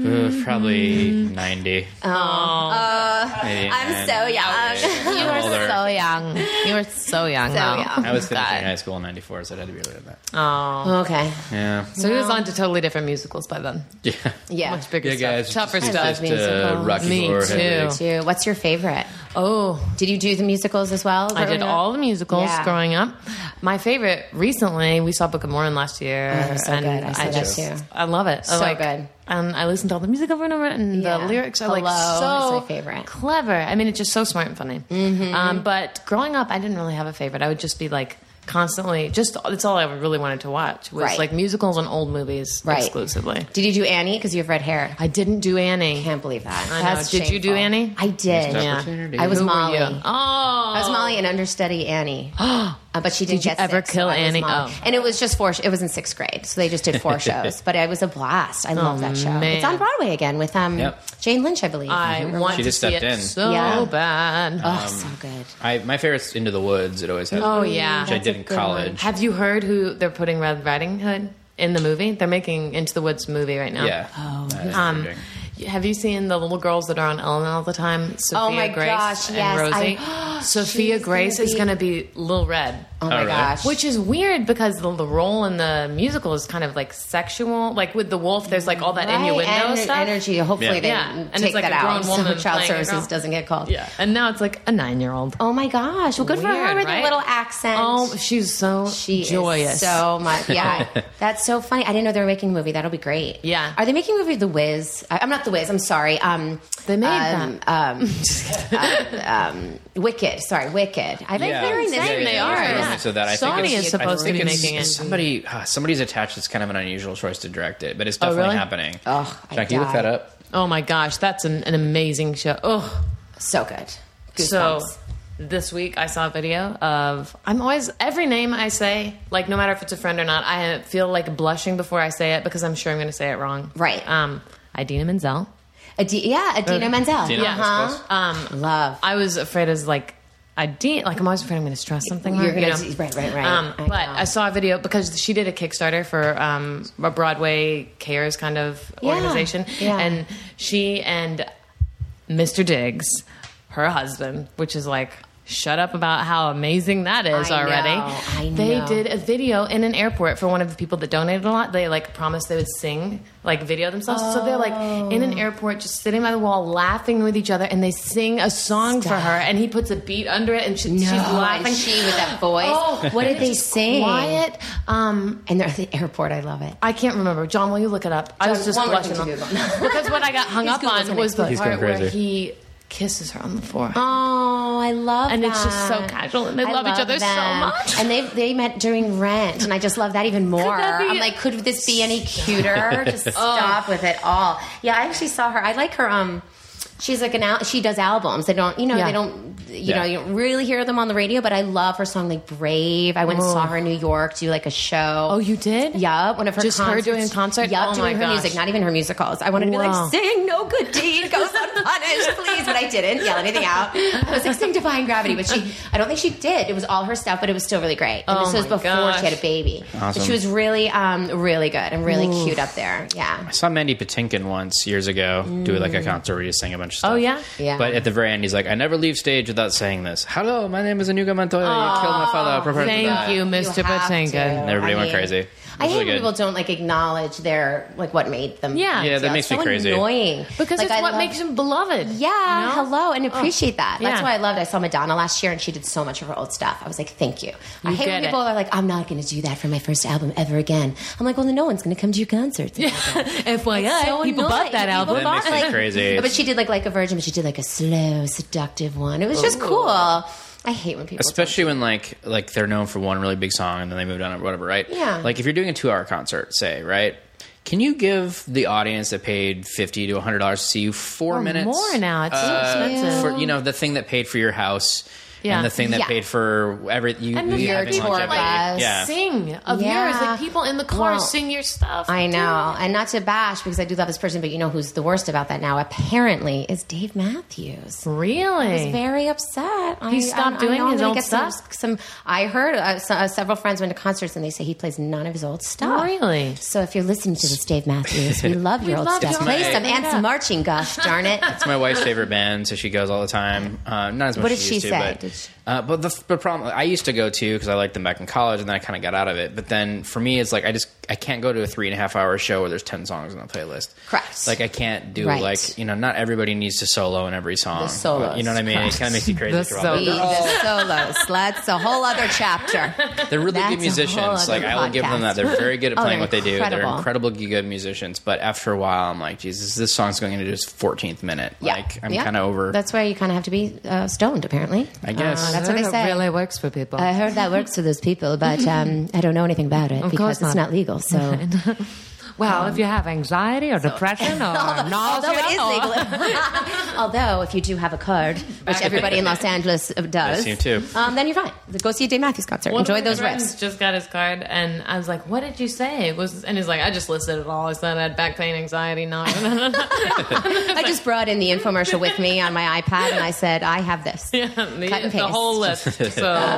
S3: Uh, probably
S4: Mm.
S3: ninety. Maybe
S5: I'm
S3: 89.
S5: so young.
S4: you
S3: I'm older.
S4: were so young. (laughs) You were so young. though.
S5: young.
S3: I was finishing
S4: God.
S3: high school in '94, so it had to be earlier than that.
S4: Oh.
S5: Okay.
S3: Yeah,
S4: So he was on to totally different musicals by then.
S3: (laughs) yeah,
S5: Yeah.
S4: Much bigger
S3: yeah, guys.
S4: stuff. Tougher
S3: just,
S4: stuff.
S3: Just, uh, Rocky
S4: Me
S3: Horror
S4: too.
S3: Headaches.
S5: Too. What's your favorite?
S4: Oh,
S5: Did you do the musicals as well?
S4: I did
S5: growing up?
S4: all the musicals
S5: Yeah.
S4: growing up. My favorite recently, we saw Book of Mormon last year,
S5: Oh, so
S4: and
S5: good. I saw that
S4: just
S5: too.
S4: I love it.
S5: So good.
S4: And I listened to all the music over and over, and
S5: Yeah.
S4: the lyrics are like
S5: Hello
S4: so
S5: is my favorite. Mm-hmm.
S4: clever. I mean, it's just so smart and funny. Um, but growing up, I didn't really have a favorite. I would just be like constantly just it's all I really wanted to watch was
S5: Right.
S4: like musicals and old movies
S5: Right.
S4: exclusively.
S5: Did you do Annie? Because you have red hair.
S4: I didn't do Annie.
S5: I can't believe that.
S4: I know.
S5: That's
S4: Did you do
S5: shameful.
S4: Annie?
S5: I did.
S3: Yeah.
S4: Opportunity.
S5: I was
S4: Who were
S5: Molly.
S4: you? Oh, I
S5: I was Molly and
S4: (gasps)
S5: understudy Annie. Uh, but she didn't
S4: Did you
S5: get
S4: ever
S5: sick, so
S4: kill
S5: I was
S4: Annie?
S5: Molly.
S4: Oh.
S5: And it was just four. It was in sixth grade, so they just did
S4: (laughs)
S5: four shows. But it was a blast. I love that show.
S4: Oh, man.
S5: It's on Broadway again with um
S3: Yep.
S5: Jane Lynch, I believe.
S4: I want Um,
S3: She
S4: to
S3: just
S4: see
S3: stepped
S4: it
S3: in.
S4: so
S5: Yeah.
S4: bad.
S5: oh, so good.
S3: I my favorite's Into the Woods. It always has.
S4: Oh, yeah.
S3: which I
S5: That's
S3: did
S5: a
S3: in
S5: good one.
S3: college.
S4: Have you heard who they're putting Red Riding Hood in the movie? They're making Into the Woods movie right now.
S3: Yeah. Oh,
S4: Um, have you seen the little girls that are on Ellen all the time? Sophia
S5: Oh my
S4: Grace
S5: gosh,
S4: and
S5: yes.
S4: Rosie. (gasps)
S5: I-
S4: Sophia
S5: (gasps) She's
S4: Grace
S5: gonna
S4: is
S5: be-
S4: going to be Lil Red.
S5: Oh my
S3: really?
S5: gosh.
S4: Which is weird because the, the role in the musical is kind of like sexual. Like with the wolf, there's like all that
S5: Right,
S4: innuendo
S5: ener-
S4: stuff.
S5: energy. Hopefully
S3: Yeah.
S5: they
S4: Yeah. And it's
S5: take
S4: like
S5: that
S4: a grown
S5: out so
S4: woman
S5: child
S4: playing a girl.
S5: services doesn't get called.
S4: Yeah, and now it's like a nine-year-old.
S5: Oh my gosh. Well, good for her
S4: Weird,
S5: with
S4: right?
S5: a little accent.
S4: Oh, she's so
S5: she
S4: joyous.
S5: is so
S4: (laughs)
S5: much. Yeah, that's so funny. I didn't know they were making a movie. That'll be great.
S4: Yeah.
S5: Are they making a movie of The Wiz? I, I'm not The Wiz. I'm sorry. Um,
S4: They made
S5: um,
S4: (laughs)
S5: Um, (laughs) um, um, Wicked. Sorry, Wicked. I've been hearing this.
S4: yeah,
S5: for
S4: yeah,
S5: years.
S4: They are,
S3: Everyone
S4: yeah.
S3: thinks of that. I think
S4: Sony
S3: it's-
S4: is
S3: I
S4: supposed to
S3: think
S4: be
S3: it's-
S4: making it.
S3: Somebody, ah, somebody's attached. It's kind of an unusual choice to direct it, but it's definitely
S4: Oh, really?
S3: happening.
S5: Ugh, I
S3: Jack, you look
S5: die.
S3: that up.
S4: Oh my gosh, that's an, an amazing show. Oh,
S5: So good.
S4: so
S5: Goosebumps.
S4: this week I saw a video of I'm always every name I say, like no matter if it's a friend or not, I feel like blushing before I say it because I'm sure I'm going to say it wrong.
S5: Right.
S4: Um, Idina Menzel.
S5: Adi- yeah, Adina Menzel.
S3: Dina,
S5: Yeah.
S3: that's
S5: Uh-huh.
S3: close.
S4: Oh, Um,
S5: Love.
S4: I was afraid as like Idina, like I'm always afraid I'm going to stress something.
S5: You're
S4: wrong, you
S5: gonna
S4: know?
S5: do- right, right, right.
S4: Um,
S5: I
S4: but
S5: know.
S4: I saw a video because she did a Kickstarter for um, a Broadway Cares kind of
S5: Yeah.
S4: organization,
S5: Yeah.
S4: and she and Mr. Diggs, her husband, which is like shut up about how amazing that is
S5: I
S4: already.
S5: know, I
S4: They
S5: know.
S4: did a video in an airport for one of the people that donated a lot. They like promised they would sing, like video themselves. So they're like in an
S5: Oh.
S4: airport, just sitting by the wall, laughing with each other, and they sing a song for
S5: Stop.
S4: her, and he puts a beat under it, and she, she's
S5: Oh, and
S4: laughing.
S5: she with that voice. (laughs)
S4: Oh,
S5: what did
S4: it's
S5: they
S4: just
S5: sing?
S4: Quiet. Um,
S5: And they're at the airport. I love it.
S4: I can't remember. John, will you look it up? I was
S5: John,
S4: just
S5: one more
S4: blushing.
S5: thing to
S4: on-
S5: Google.
S4: because what I got hung
S5: (laughs) He's
S4: up on
S5: Googling
S4: was the
S5: it.
S3: He's going
S4: part where
S3: crazy.
S4: he kisses her on the floor.
S5: Oh, I love
S4: And
S5: that.
S4: it's just so casual, and they
S5: I
S4: love each other so
S5: them.
S4: much.
S5: And they they met during Rent, and I just love that even more.
S4: that be- Oh.
S5: I'm like, could this be any cuter?
S4: (laughs)
S5: just stop with it all. Yeah, I actually saw her. I like her. Um, she's like an al- she does albums. They don't, you know,
S4: Yeah.
S5: they don't, you
S3: Yeah.
S5: know, you don't really hear them on the radio. But I love her song like Brave. I went and saw her in New York do like a show.
S4: Oh, you did?
S5: Yeah, one of her
S4: Just her
S5: concerts.
S4: doing concert?
S5: Yup,
S4: Oh my
S5: doing her
S4: gosh.
S5: music, not even her musicals. I wanted to be
S4: Wow.
S5: like, sing no good deed goes unpunished, please, but I didn't yell anything out. I was like, sing Defying Gravity, but she, I don't think she did. It was all her stuff, but it was still really great. And
S4: Oh
S5: this was
S4: my
S5: before
S4: gosh.
S5: she had a baby,
S3: Awesome.
S5: but she was really, um, really good and really cute up there. Yeah,
S3: I saw Mandy Patinkin once years ago do like a concert where you sing a bunch of stuff.
S4: Mm. Oh, yeah?
S5: Yeah.
S3: But at the very end, he's like, "I never leave stage without saying this. Hello, my name is Anuga Montoya. you killed my father. Prepare to die."
S4: Thank you, Mr.
S5: You have to.
S4: Patinkin.
S3: And everybody
S5: I
S3: went
S5: mean,
S3: crazy. It
S5: I
S3: was really
S5: hate when
S3: good.
S5: people don't like acknowledge their like what made them.
S4: Yeah. Yeah,
S3: that
S5: it's
S3: makes me
S5: so
S3: crazy.
S5: Annoying
S4: Because
S5: Like,
S4: it's
S5: I
S4: what
S5: love-
S4: makes him beloved. you
S5: Yeah,
S4: know? Oh.
S5: hello, and appreciate that. That's
S4: Yeah.
S5: why I loved. I saw Madonna last year, and she did so much of her old stuff. I was like, thank you. I
S4: You
S5: hate when
S4: get it.
S5: people are like, I'm not going to do that for my first album ever again. I'm like, well, then no one's going to come to your concerts. Yeah,
S4: FYI, people bought that album.
S3: That makes me
S4: (laughs)
S3: crazy.
S5: (laughs) But she did like like a virgin, but she did like a slow, seductive one. It was just cool. I hate when people.
S3: especially when like like they're known for one really big song and then they moved on or whatever right
S5: Yeah.
S3: like if you're doing a two hour concert say right can you give the audience that paid 50 to 100 dollars to see you four
S4: Or
S3: minutes
S4: Oh,
S3: uh,
S4: more now. It's so expensive.
S3: for you know the thing that paid for your house
S4: Yeah.
S3: and the thing that
S5: Yeah.
S3: paid for every you,
S4: And the
S3: you having
S4: fact that people,
S5: tour
S3: longevity.
S5: bus.
S3: yeah
S4: Sing of
S5: Yeah.
S4: yours. Like people in the car
S5: Well,
S4: sing your stuff.
S5: I know, and not to bash because I do love this person, but you know who's the worst about that now? Apparently, is Dave Matthews. I was
S4: Really?
S5: very upset. I,
S4: He stopped
S5: I- I
S4: doing
S5: know I'm
S4: his
S5: gonna
S4: old
S5: get some-
S4: stuff?
S5: Some, I heard uh, so, uh, several friends went to concerts and they say he plays none of his old stuff.
S4: Really?
S5: So if you're listening to this, Dave
S4: (laughs)
S5: Matthews, we love your old
S4: love
S5: stuff.
S4: your
S5: Play
S3: old
S5: some
S4: stuff.
S5: and some marching. Gosh darn
S4: (laughs)
S5: it!
S3: It's my wife's favorite band, so she goes all the time. Uh, not as much
S5: What
S3: as
S5: did
S3: she used
S5: she
S3: to,
S5: say?
S3: but
S5: Did she-
S3: uh, but the, the problem I used to go to because I liked them back in college, and then I kind of got out of it. But then for me, it's like I just I can't go to a three and a half hour show where there's ten songs on the playlist.
S5: Correct.
S3: Like I can't do
S5: Right.
S3: like you know not everybody needs to solo in every song.
S5: solos.
S3: You know what I mean? It kind of makes you crazy.
S4: The
S3: after a while.
S5: The (laughs) solos. That's a whole other chapter.
S3: They're really
S5: That's a
S3: good
S5: whole
S3: musicians.
S5: other
S3: Like I will give them
S5: podcast.
S3: that. They're very good at
S5: (laughs) Oh,
S3: playing
S5: they're
S3: what they do. They're
S5: incredible.
S3: incredibly good musicians. But after a while, I'm like, Jesus, this song's going into its 14th minute.
S5: Yeah.
S3: Like I'm
S5: Yeah.
S3: kind of over.
S5: That's why you kind of have to be uh, stoned, apparently. Uh,
S3: I guess.
S5: That's what they say.
S4: works for people.
S5: I heard that works for those
S4: (laughs)
S5: people, but um, I don't know anything about it
S4: Of course
S5: because it's
S4: not.
S5: not legal. So
S4: (laughs)
S5: Um,
S4: well, if you have anxiety or depression or
S5: (laughs) although it is
S4: or- (laughs)
S5: legal, although if you do have a card, which everybody in Los Angeles uh, does,
S3: seem to.
S5: um, then you're fine. Go see a Dave Matthews concert.
S4: One of
S5: Enjoy
S4: my
S5: those
S4: friends
S5: riffs.
S4: Just got his card, and I was like, "What did you say?" It was, and he's like, "I just listed it all. I said I had back pain, anxiety, (laughs) no."
S5: I just brought in the infomercial with me on my iPad, and I said, "I have
S4: (laughs)
S5: this."
S4: the,
S5: Cut and
S4: the
S5: paste.
S4: whole (laughs) list. So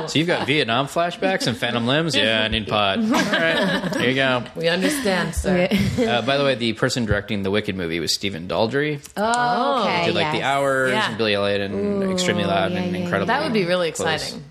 S3: So you've got Vietnam flashbacks and phantom limbs. Yeah, I need pod. (laughs) All right, there you go.
S4: we understand, sir.
S3: Uh, by the way, the person directing the Wicked movie was Stephen Daldry.
S5: Oh, okay.
S3: He did like
S5: yes.
S3: the hours
S4: Yeah.
S3: and Billy Elliot and Extremely Loud
S5: yeah,
S3: and
S5: yeah, yeah.
S3: Incredible.
S4: That would be really
S3: Close.
S4: exciting.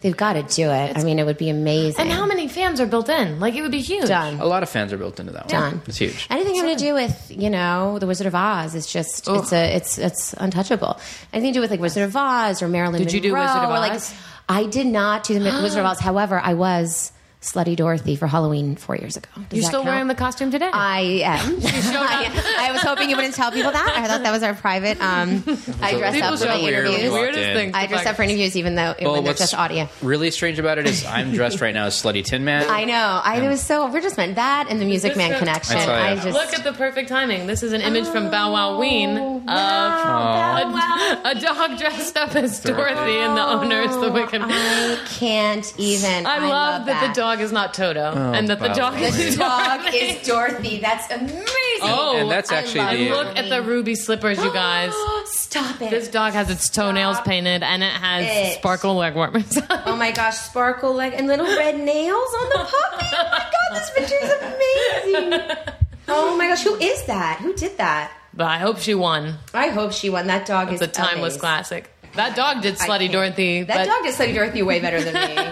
S5: They've got to do it. I mean, it would be amazing.
S4: And how many fans are built in? Like it would be huge.
S5: done?
S3: A lot of fans are built into that one.
S5: Done.
S3: It's huge.
S5: Anything having to do with you know the Wizard of Oz is just it's a it's it's untouchable. Anything to do with like Wizard of Oz or Marilyn
S4: Did you do
S5: Monroe
S4: Wizard of
S5: or, like,
S4: Oz?
S5: I did not do the Mi- Wizard
S4: (gasps)
S5: of Oz. However, I was slutty Dorothy for Halloween four years ago. Does
S4: You're
S5: that
S4: still
S5: count?
S4: wearing the costume today.
S5: I
S4: (laughs)
S5: am. (laughs) I, I was hoping you wouldn't tell people that. I thought that was our private.
S4: (laughs)
S5: Um, I dress
S3: People
S5: up for
S3: got weird when
S5: my
S3: you
S5: interviews.
S3: walked
S4: Weirdest
S3: in.
S4: thing.
S5: I dress up for interviews, even though
S3: Well,
S5: when they're
S3: what's
S5: just audio.
S3: really strange about it is I'm dressed right now as Slutty Tin Man.
S5: I know. I it was so. We're just meant that and the Music Man connection.
S3: I saw
S5: I,
S3: ya.
S5: just
S4: Look at the perfect timing. This is an image from Bow Wow Ween
S5: Oh,
S4: of
S5: wow, Oh,
S4: a, (laughs) a dog dressed up as Dorothy and the owner is the Wicked.
S5: I can't even.
S4: I,
S5: I,
S4: love, that, the dog is not Toto and that the
S3: Bow
S4: (laughs) dog
S3: Wow
S4: is
S3: Ween.
S5: Dog is Dorothy. That's amazing.
S4: Oh,
S3: and that's
S5: I
S3: actually
S5: love
S3: the
S5: it.
S4: Look at the ruby slippers, you
S5: (gasps)
S4: guys.
S5: Stop it.
S4: This dog has its toenails
S5: Stop
S4: painted and it has
S5: it.
S4: sparkle leg (laughs) warmers.
S5: oh my gosh, sparkle leg and little red nails
S4: (laughs)
S5: on the puppy. (laughs) Oh my god, this picture is amazing. Oh my gosh, who is that? Who did that?
S4: but I hope she won.
S5: I hope she won. That dog is
S4: The timeless
S5: amazing.
S4: classic. That dog did
S5: I
S4: slutty
S5: can't.
S4: Dorothy. but
S5: That
S4: (laughs)
S5: dog did Slutty Dorothy way better than me.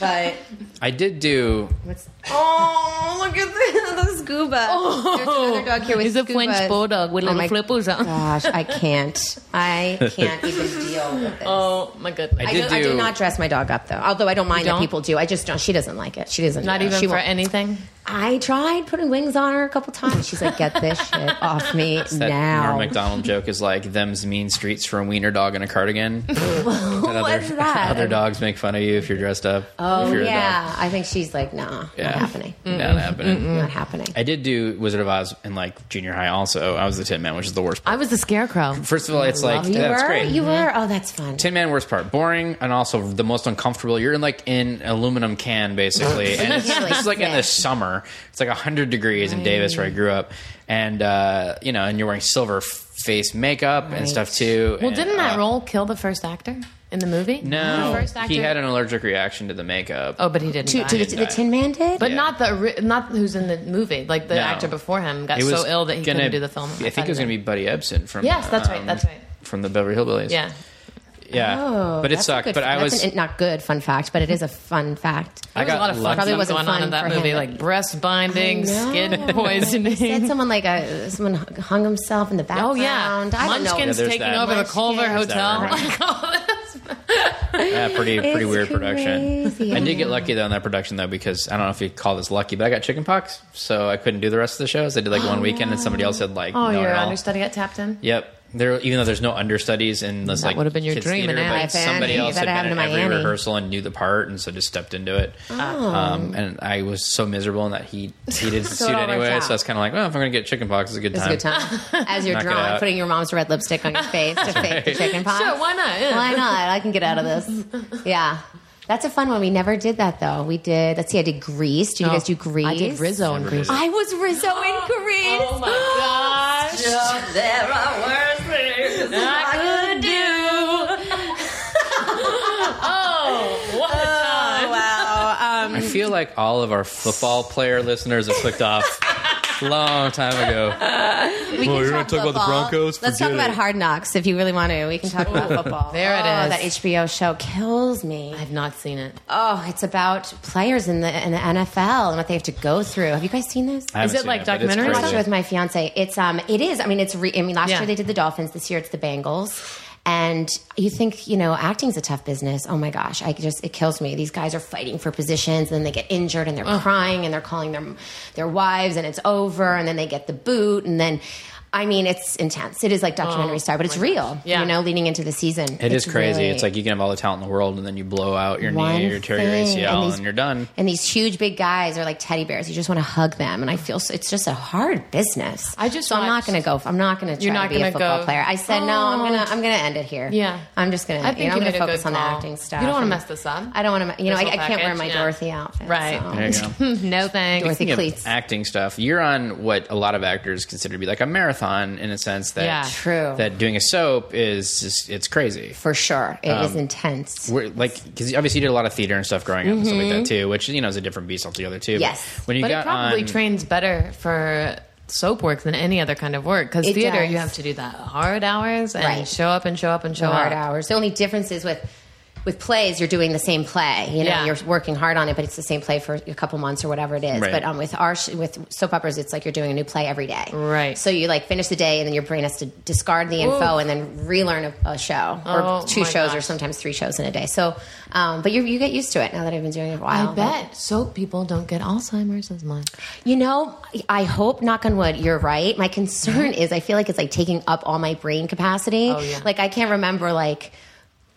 S5: but
S3: I did do.
S5: what's? Oh, look at (laughs) the, the scuba. There's another dog here with
S4: He's a
S5: scuba.
S4: French bulldog with
S5: Oh
S4: little
S5: my
S4: flippers on.
S5: Gosh, I can't. I can't
S3: (laughs)
S5: even deal with this.
S4: (laughs) Oh my goodness!
S5: I,
S3: I
S5: do,
S3: did
S5: I do
S3: do-
S5: not dress my dog up though. Although I don't mind that
S4: don't?
S5: people do. I just don't. She doesn't like it. She doesn't.
S4: Not
S5: do it.
S4: even
S5: She
S4: for
S5: won't.
S4: anything.
S5: I tried putting wings on her a couple times. She's like, "Get
S3: (laughs)
S5: this shit off me
S3: That
S5: now."
S3: Norm Macdonald joke is like them's mean streets for a wiener dog in a
S5: (laughs)
S3: cardigan.
S5: What's that?
S3: Other dogs make fun of you if you're dressed up.
S5: oh
S3: if you're a dog.
S5: yeah, I think she's like, "Nah,
S3: Yeah. Mm-hmm.
S5: not happening.
S3: Not happening.
S5: Not happening."
S3: I did do Wizard of Oz in like junior high. Also, I was the Tin Man, which is the worst. part.
S4: I was the scarecrow.
S3: First of all, it's like
S4: You
S5: you
S3: that's
S5: were,
S3: great. Mm-hmm.
S5: you were. Oh, that's fun.
S3: Tin Man worst part, boring and also the most uncomfortable. You're in like in aluminum can
S4: (laughs)
S3: basically, and it's,
S5: Yeah, like
S3: this is like in the
S5: thick.
S3: summer. It's like hundred degrees in Davis where I grew up, and uh, you know, and you're wearing silver face makeup and stuff too.
S4: Well,
S3: and,
S4: didn't that
S3: uh,
S4: role kill the first actor in the movie?
S3: No,
S4: the first actor.
S3: he had an allergic reaction to the makeup.
S4: oh, but he didn't.
S5: To,
S4: die.
S5: to the, to the Tin Man did,
S4: but
S3: yeah.
S4: not the ori- not who's in the movie. Like the
S3: No.
S4: actor before him got
S3: It was
S4: so ill that he
S3: gonna-
S4: couldn't do the film.
S3: I think it was going to be Buddy Ebsen from. um,
S4: Yes, that's right, that's right.
S3: From the Beverly Hillbillies.
S4: Yeah.
S3: yeah.
S5: Oh,
S3: but it
S5: that's a
S3: sucked.
S5: good-
S3: but I
S5: that's
S3: was.
S5: an- not good. Fun fact, but it is a fun fact.
S3: I
S4: There
S3: got
S4: was a lot of fun
S3: lucky.
S5: Probably
S4: stuff
S5: wasn't
S4: going on
S5: fun
S4: in that
S5: for
S4: movie,
S5: him.
S4: like breast binding,
S5: know.
S4: skin (laughs)
S5: Said
S4: poisoning.
S5: someone like a someone hung himself in the background.
S4: Oh yeah,
S5: I don't know.
S4: Munchkin's
S3: Yeah, there's
S4: taking
S3: that.
S4: over the
S5: Munchkin.
S4: Culver
S5: There's
S4: Hotel.
S3: that,
S4: (laughs)
S3: right. Yeah, uh, pretty
S5: It's
S3: pretty weird production.
S5: crazy.
S3: I did get lucky though in that production though because I don't know if you call this lucky, but I got chicken pox, so I couldn't do the rest of the shows. I did like one weekend, and somebody else had like
S4: Oh,
S3: no
S4: your
S3: at all.
S4: understudy got tapped in.
S3: Yep. There, even though there's no understudies in this,
S4: That
S3: like
S4: would've been your
S3: kids
S4: dream,
S3: theater,
S4: an
S3: but
S4: Annie.
S3: somebody
S5: Annie.
S3: else
S5: That
S3: had been in
S5: happened to my
S3: every
S5: Annie.
S3: rehearsal and knew the part, and so just stepped into it. Um, and I was so miserable in that he he didn't
S5: it
S3: suit
S5: all worked
S3: anyway,
S5: out.
S3: so I was kind of like, well, if I'm gonna get chickenpox, it's a good
S5: It's
S3: time.
S5: a good time. As you're
S3: Knock it
S5: drawn,
S3: out.
S5: putting your mom's red
S4: (laughs)
S5: lipstick on your face to fake the chicken pox.
S4: Sure, why not? Yeah.
S5: Why not? I can get out of this. Yeah. That's a fun one. We never did that though. We did. Let's see. I did Grease. Did you guys do Grease?
S4: I did Rizzo in Grease.
S5: I was Rizzo in Grease.
S4: (gasps) Oh my gosh!
S5: There are worse things I could
S4: (laughs)
S5: do.
S4: Oh, what a time.
S5: Wow. Um,
S3: I feel like all of our football player listeners have clicked off long time ago.
S5: we can
S6: you're gonna
S5: talk
S6: talk
S5: (gasps)
S6: about the
S5: football.
S6: Broncos?
S5: Let's talk
S6: Forget
S5: about
S6: it.
S5: Hard Knocks if you really want to. We can talk about football.
S4: There it
S5: Oh,
S4: is.
S5: That HBO show kills me.
S4: I've not seen it.
S5: Oh, it's about players in the in the NFL and what they have to go through. Have you guys seen this?
S3: I haven't
S4: it
S3: seen
S4: like
S3: but it's
S4: documentary
S5: I
S3: crazy.
S5: watched it with my fiance. It's um, it is. I mean, it's. Re- I mean, last
S4: Yeah.
S5: year they did the Dolphins. This year it's the Bengals. And you think you know acting's a tough business. Oh my gosh, I just it kills me. These guys are fighting for positions, and then they get injured, and they're crying, and they're calling their their wives, and it's over, and then they get the boot, and then. I mean, it's intense. It is like documentary style, but it's real.
S4: Yeah.
S5: You know, leading into the season,
S3: It is crazy.
S5: really-
S3: It's like you can have all the talent in the world, and then you blow out your
S5: one
S3: knee or tear your
S5: thing,
S3: ACL, and,
S5: these-
S3: you're done.
S5: And these huge big guys are like teddy bears. You just want to hug them, and I feel so, it's just a hard business.
S4: I just
S5: so I'm not
S4: watched-
S5: going to go. I'm not going to.
S4: You're not
S5: to be
S4: gonna
S5: a football
S4: go-
S5: player. I said no. I'm
S4: Oh.
S5: gonna I'm gonna end it here.
S4: Yeah.
S5: I'm just gonna.
S4: I think
S5: you know,
S4: you
S5: I'm
S4: made a
S5: gonna focus
S4: good
S5: on the
S4: call.
S5: acting stuff.
S4: You don't wanna
S5: and-
S4: mess this up.
S5: I (laughs) don't want to. You know, I,
S4: This
S5: I
S4: whole
S5: can't wear
S4: package,
S5: my
S4: yeah.
S5: Dorothy outfit.
S4: Right.
S5: so.
S3: There you go.
S4: no thanks.
S5: Dorothy
S3: Speaking of
S5: cleats.
S3: acting stuff, you're on what a lot of actors consider to be like a marathon in a sense that
S4: Yeah.
S5: True.
S3: that doing a soap is just, it's crazy.
S5: For sure, It is
S3: Um,
S5: intense.
S3: We're, like because obviously you did a lot of theater and stuff growing up and stuff like that too, which you know is a different beast altogether too.
S5: Yes.
S3: when you
S4: But
S3: got
S4: it probably
S3: on,
S4: trains better for soap work than any other kind of work because
S5: It
S4: theater
S5: does.
S4: you have to do that hard hours and
S5: Right.
S4: show up and show up and show
S5: hard
S4: up.
S5: hours. The only difference is with with plays, you're doing the same play. You know,
S4: Yeah.
S5: you're working hard on it, but it's the same play for a couple months or whatever it is.
S3: Right.
S5: But um, with our sh- with soap operas, it's like you're doing a new play every day.
S4: Right.
S5: So you like finish the day, and then your brain has to discard the info
S4: Ooh.
S5: and then relearn a, a show
S4: Oh,
S5: or two
S4: my
S5: shows or
S4: gosh.
S5: sometimes three shows in a day. So, um, but you you get used to it now that I've been doing it a while.
S4: I
S5: But-
S4: bet soap people don't get Alzheimer's as much.
S5: you know, I hope, knock on wood, you're right. My concern is I feel like it's like taking up all my brain capacity.
S4: Mm-hmm. Oh, yeah.
S5: Like I can't remember like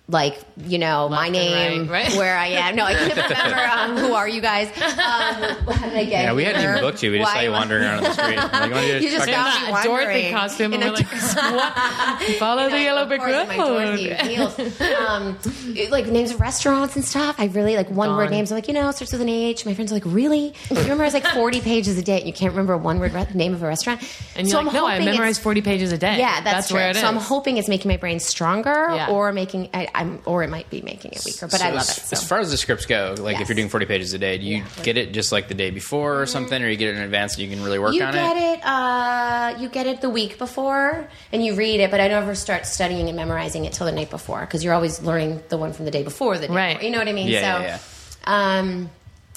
S5: like you know my
S4: and
S5: name
S4: right, right?
S5: where i am no i can't
S4: (laughs)
S5: remember um, who are you guys um, how did I get
S3: yeah, we hadn't
S5: here?
S3: even booked you. We just
S5: Why
S3: saw you
S5: am I-
S3: wandering around on
S5: (laughs)
S3: the street. Like, you wanna do a
S5: You just
S3: fucking-
S5: got-
S4: In
S5: be
S4: a Dorothy
S5: wondering.
S4: costume,
S5: In
S4: we're
S5: a (laughs)
S4: like, what? Follow the yellow
S5: Of
S4: brick
S5: course,
S4: road.
S5: my Dorothy heels. Um, it- like names of restaurants and stuff. I really like one word
S4: Gone.
S5: names. I'm like, you know, it starts with an H. My friends are like, really? You memorize
S4: (laughs)
S5: like 40 pages a day and you can't remember a one word re- name of a restaurant.
S4: And you're
S5: so
S4: like,
S5: I'm
S4: no, I
S5: hoping it's-
S4: memorized 40 pages a day.
S5: Yeah, that's, true.
S4: where it is.
S5: So I'm hoping it's making my brain stronger
S4: Yeah.
S5: or making I, I I'm, or it might be making it weaker. But I
S3: So
S5: love it.
S3: as,
S5: So.
S3: As far as the scripts go, like if
S5: Yes.
S3: you're doing 40 pages a day, do you get it just like the day before or something, or you get it in advance and you can really work
S5: you
S3: on
S5: get it. uh, you get it the week before, and you read it. But I don't ever start studying and memorizing it till the night before because you're always learning the one from the day before. The day
S4: Right.
S5: before. you know what I mean?
S3: Yeah,
S5: so, oh
S3: yeah,
S5: Um,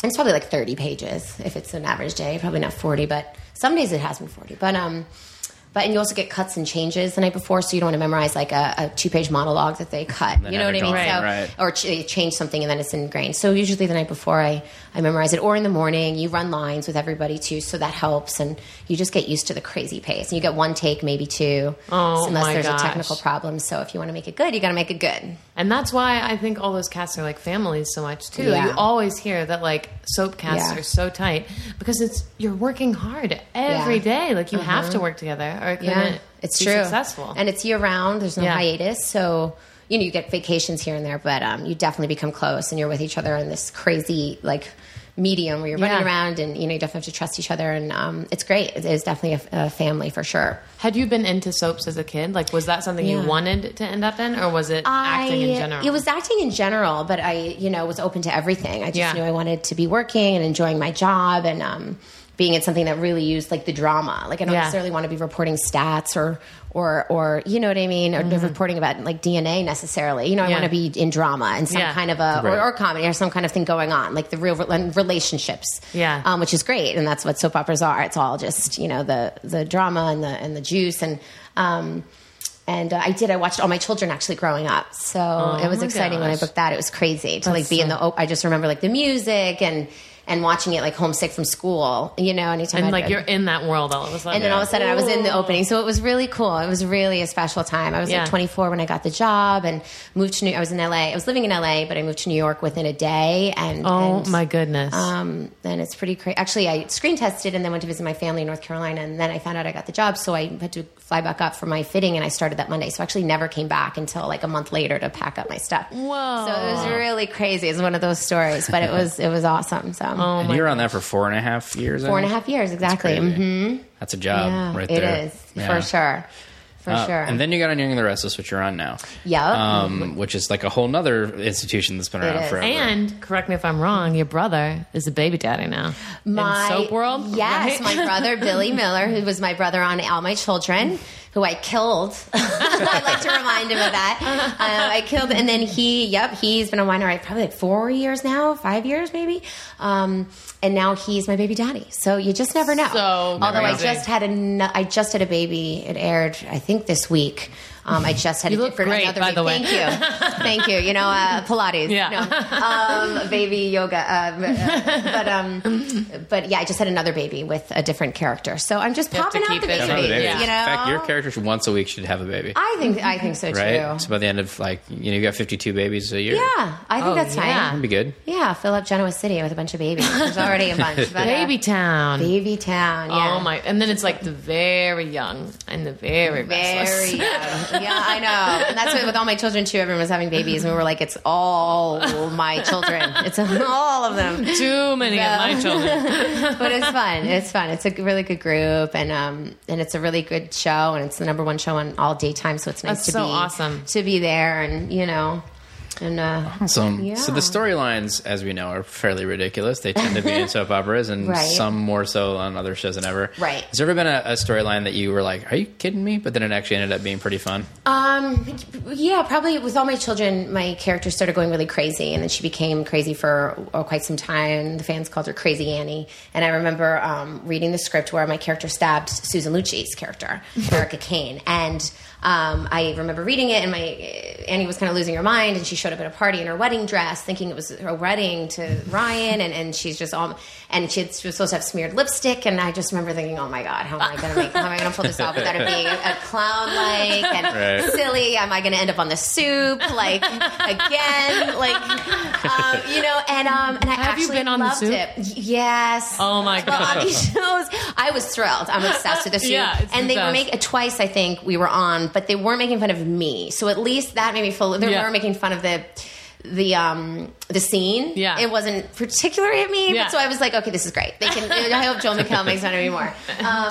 S5: and it's probably like 30 pages if it's an average day. Probably not 40, but some days it has been 40. But um, but and you also get cuts and changes the night before, so you don't want to memorize like a, a two-page monologue
S4: (laughs)
S5: that they cut.
S3: Then
S5: you know
S3: have
S5: what I
S3: it
S5: mean?
S3: gone, right.
S5: so, or ch- they change something and then it's ingrained. So usually the night before I, I memorize it, or in the morning you run lines with everybody too, so that helps, and you just get used to the crazy pace. And you get one take, maybe two,
S4: Oh,
S5: unless
S4: my
S5: there's
S4: gosh.
S5: a technical problem. So if you want to make it good, you got to make it good.
S4: And that's why I think all those casts are like families so much too.
S5: Yeah.
S4: You always hear that like soap casts
S5: Yeah.
S4: are so tight because it's you're working hard every
S5: Yeah. Uh-huh.
S4: day. Like you have to work together or it couldn't
S5: Yeah, it's
S4: be
S5: true.
S4: successful.
S5: and it's year round. There's no
S4: Yeah.
S5: hiatus, so you know you get vacations here and there, but um, you definitely become close, and you're with each other in this crazy like medium where you're running
S4: Yeah.
S5: around, and you know you definitely have to trust each other, and um, it's great. It is definitely a, a family for sure.
S4: Had you been into soaps as a kid? Like was that something you
S5: Yeah.
S4: wanted to end up in or was it acting
S5: I-
S4: in general?
S5: It was acting in general, but I, you know, was open to everything. I just
S4: Yeah.
S5: knew I wanted to be working and enjoying my job and um, being in something that really used like the drama. Like I don't
S4: Yeah.
S5: necessarily want to be reporting stats or or or you know what I mean, or reporting about like DNA necessarily. You know, I
S4: Mm-hmm. Yeah.
S5: want to be in drama and some
S4: Yeah.
S5: kind of a
S3: Right.
S5: or, or comedy or some kind of thing going on, like the real rel- relationships.
S4: Yeah.
S5: um, which is great, and that's what soap operas are. It's all just you know the the drama and the and the juice and. Um, and uh, I did. I watched all my children actually growing up, so it was
S4: Oh my
S5: exciting when I
S4: gosh.
S5: booked that. It was crazy to like
S4: That's
S5: be in
S4: so-
S5: the. op- I just remember like the music and and watching it like homesick from school. You know, anytime
S4: and
S5: I'd-
S4: like you're in that world all of a sudden.
S5: and then all of a sudden, I was in the opening, so it was really cool. It was really a special time. I was
S4: Yeah.
S5: like 24 when I got the job, and moved to. New- I was in LA. I was living in LA, but I moved to New York within a day. And
S4: Oh
S5: and,
S4: my goodness.
S5: um, and it's pretty crazy. Actually, I screen tested and then went to visit my family in North Carolina, and then I found out I got the job, so I had to fly back up for my fitting, and I started that Monday. So I actually never came back until like a month later to pack up my stuff.
S4: Whoa.
S5: So it was really crazy. It's one of those stories,
S3: (laughs)
S5: but it was it was awesome. So
S3: yeah. And you were on that for four and a half years.
S5: four and a half years exactly. Mhm.
S3: Mm-hmm. That's a job
S5: Yeah,
S3: right
S5: it
S3: there.
S5: is
S3: Yeah.
S5: for sure, for
S3: Uh,
S5: sure.
S3: And then you got on Young and the Restless, which you're on now.
S5: Yep.
S3: Um, which is like a whole nother institution that's been around
S5: is.
S3: forever.
S4: and correct me if I'm wrong, your brother is a baby daddy now. in soap world?
S5: Yes,
S4: right? (laughs)
S5: my brother Billy Miller, who was my brother on All My Children, who I killed. (laughs) I like to remind him of that. Uh, I killed, and then he, yep, he's been a winery probably like four years now, five years maybe, um, and now he's my baby daddy. So you just never know.
S4: So
S5: although Oh, I
S4: amazing.
S5: just had a, I just had a baby. It aired, I think, this week. Um, I just had
S4: You
S5: a
S4: look
S5: different
S4: great,
S5: another
S4: by
S5: baby-
S4: the way.
S5: Thank you, thank you. You know, uh, Pilates.
S4: Yeah.
S5: No. Um, baby yoga. Uh, but um, but yeah, I just had another baby with a different character, so I'm just
S4: You have to
S5: popping out
S4: keep
S5: the
S4: it.
S5: baby
S3: Another
S5: babies.
S3: baby.
S4: Yeah.
S5: You know,
S3: In fact, your characters once a week should have a baby.
S5: I think I think so too.
S3: right? So by the end of like, you know, you got 52 babies a year.
S5: Yeah, I think
S4: Oh,
S5: that's
S4: yeah.
S5: fine.
S3: That'd be good.
S5: Yeah, fill up Genoa City with a bunch of babies. There's already a bunch. But, uh,
S4: Baby town.
S5: baby town. Yeah.
S4: Oh my! And then it's like the very young and the very
S5: Very
S4: restless. (laughs)
S5: (laughs) young. Yeah, I know. And that's what with all my children too. Everyone was having babies, and we were like, "It's all my children. It's all of them."
S4: Too many of my
S5: (laughs)
S4: children.
S5: but it's fun. It's fun. It's a g- really good group, and um, and it's a really good show, and it's the number one show on all daytime. So it's nice
S4: That's
S5: to
S4: so
S5: be
S4: awesome.
S5: to be there, and you know, and uh,
S3: Awesome.
S5: Yeah.
S3: So the storylines, as we know, are fairly ridiculous. They tend to
S5: (laughs)
S3: be in soap operas, and
S5: Right.
S3: some more so on other shows than ever.
S5: Right.
S3: Has there ever been a, a storyline that you were like, "Are you kidding me?" But then it actually ended up being pretty fun.
S5: Um, yeah, probably with all my children, my character started going really crazy, and then she became crazy for oh, quite some time. The fans called her Crazy Annie, and I remember um, reading the script where my character stabbed Susan Lucci's character, Erica Kane, and um, I remember reading it, and my uh, Annie was kind of losing her mind, and she showed up at a party in her wedding dress, thinking it was her wedding to Ryan, and, and she's just all, and she, she was supposed to have smeared lipstick, and I just remember thinking, oh my god, how am I gonna make, how am I gonna pull this off without it being a clown like (laughs) and
S3: Right.
S5: silly. Am I going to end up on the soup like again? Like um, you know, and um, and I
S4: Have you
S5: actually
S4: been on The
S5: loved
S4: Soup?
S5: it. Y- Yes.
S4: Oh my
S5: Well,
S4: gosh.
S5: on these shows, I was thrilled. I'm obsessed with the soup.
S4: Yeah, it's
S5: and
S4: the
S5: they were
S4: best.
S5: making twice. I think we were on, but they were making fun of me. So at least that made me feel. They
S4: Yeah.
S5: were making fun of the. The um the scene,
S4: Yeah.
S5: it wasn't particularly at me,
S4: Yeah.
S5: but so I was like, okay, this is great. They can. I hope Joel McHale makes fun of me more.
S4: (laughs)
S5: Um,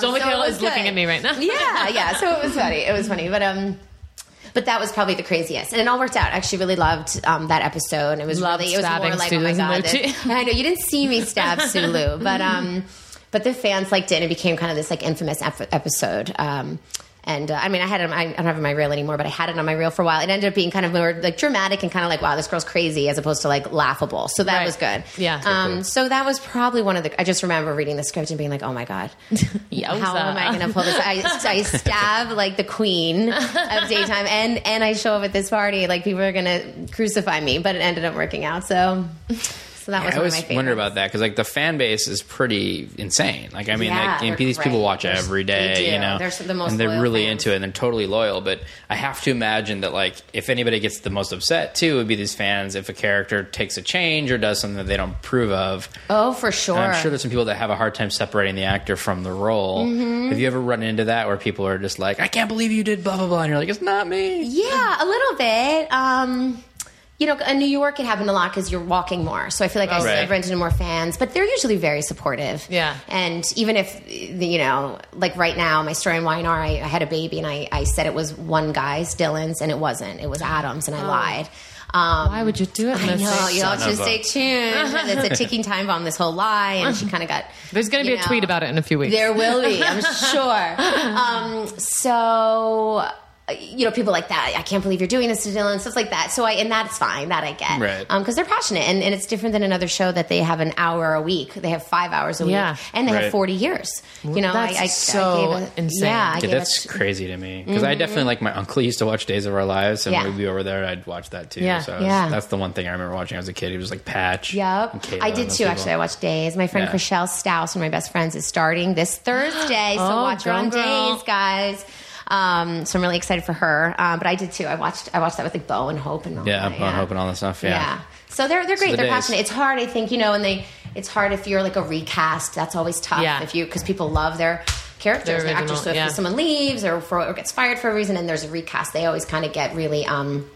S4: Joel
S5: so it
S4: McHale
S5: was
S4: is looking
S5: good.
S4: at me right now.
S5: Yeah, yeah. So it was funny. It was funny, but um, But that was probably the craziest, and it all worked out. I actually really loved um, that episode. It was
S4: Loved
S5: really it was
S4: stabbing
S5: more like
S4: Sue
S5: oh my
S4: in
S5: god,
S4: the
S5: this-
S4: chin.
S5: (laughs) I know you didn't see
S4: (laughs)
S5: me stab Sulu, but um, but the fans liked it, and it became kind of this like infamous ep- episode. Um, and uh, I mean, I had it. on- I don't have it on my reel anymore, but I had it on my reel for a while. It ended up being kind of more like dramatic and kind of like, wow, this girl's crazy, as opposed to like laughable. So that
S4: Right.
S5: was good.
S4: Yeah.
S5: Um, so that was probably one of the. I just remember reading the script and being like, oh
S4: (laughs)
S5: my god,
S4: Yowza.
S5: how am
S3: uh,
S5: I going to pull this? I,
S3: (laughs)
S5: I stab like the queen of daytime, and and I show up at this party. Like people are going to crucify me, but it ended up working out. So, so that was
S3: I
S5: one of
S3: always
S5: my
S3: wonder
S5: favorites.
S3: about that because like the fan base is pretty insane. Like I mean,
S5: Yeah,
S3: like and
S5: they're
S3: these people
S5: great.
S3: watch
S5: They're-
S3: every
S5: they
S3: day,
S5: do.
S3: you know,
S5: They're the most
S3: and they're
S5: loyal
S3: really
S5: fans.
S3: into it and they're totally loyal. But I have to imagine that like if anybody gets the most upset too, it would be these fans if a character takes a change or does something that they don't approve of.
S5: Oh, for sure.
S3: And I'm sure there's some people that have a hard time separating the actor from the role.
S5: Mm-hmm.
S3: Have you ever run into that where people are just like, "I can't believe you did blah blah blah," and you're like, "It's not me."
S5: Yeah, a little bit. Um, you know, in New York, it happened a lot because you're walking more. So I feel like I,
S3: Right.
S5: I've run into more fans, but they're usually very supportive.
S4: Yeah.
S5: And even if, you know, like right now, my story in YNR, I, I had a baby and I, I said it was one guy's, Dylan's, and it wasn't. It was Adam's, and I lied. Um,
S4: (laughs) Oh. Why would you do it,
S5: I
S4: Missy?
S5: know, y'all
S3: Son
S5: should
S3: of a-
S5: stay
S4: (laughs)
S5: tuned. It's a ticking time bomb, this whole lie. And she kind of got.
S4: There's going to be
S5: you
S4: a tweet
S5: know,
S4: about it in a few weeks.
S5: there will be,
S4: (laughs)
S5: I'm sure. Um, so, uh, you know, people like that. I can't believe you're doing this to Dylan, stuff like that. So, I and that's fine. That I get,
S3: Right.
S5: Because they're passionate, and, and it's different than another show that they have an hour a week. They have five hours a
S4: Yeah.
S5: week, and they
S3: Right.
S5: have 40 years. You know,
S4: That's
S5: I, I,
S4: so
S5: I gave it,
S4: insane.
S5: Yeah, I
S3: Yeah,
S5: gave
S3: that's
S5: it,
S3: crazy to me because I definitely like my uncle used to watch Days of Our Lives, and
S5: Yeah.
S3: we'd be over there. and I'd watch that too.
S4: Yeah.
S3: so I was-
S5: Yeah.
S3: that's the one thing I remember watching as a kid. It was like Patch. and
S5: Yep.
S3: Kayla
S5: I
S3: and
S5: did
S3: those
S5: too,
S3: people.
S5: actually. I watched Days. My friend
S3: Yeah.
S5: Chriselle Staus, one of my best friends, is starting this
S4: (gasps)
S5: Thursday. So
S4: Oh,
S5: watch her
S4: go
S5: on
S4: girl.
S5: Days, guys. Um, so I'm really excited for her. Um, but I did too. I watched I watched that with like Bo and Hope and all
S3: yeah,
S5: that,
S3: I'm on Hope and all that stuff. Yeah.
S5: yeah. So they're they're great.
S3: the
S5: they're
S3: Days.
S5: passionate. It's hard, I think, you know, and they it's hard if you're like a recast. That's always tough
S4: Yeah.
S5: if you because people love their characters,
S4: Their
S5: their actors.
S4: original,
S5: So if
S4: yeah.
S5: someone leaves or, for, or gets fired for a reason, and there's a recast, they always kind of get really. Um,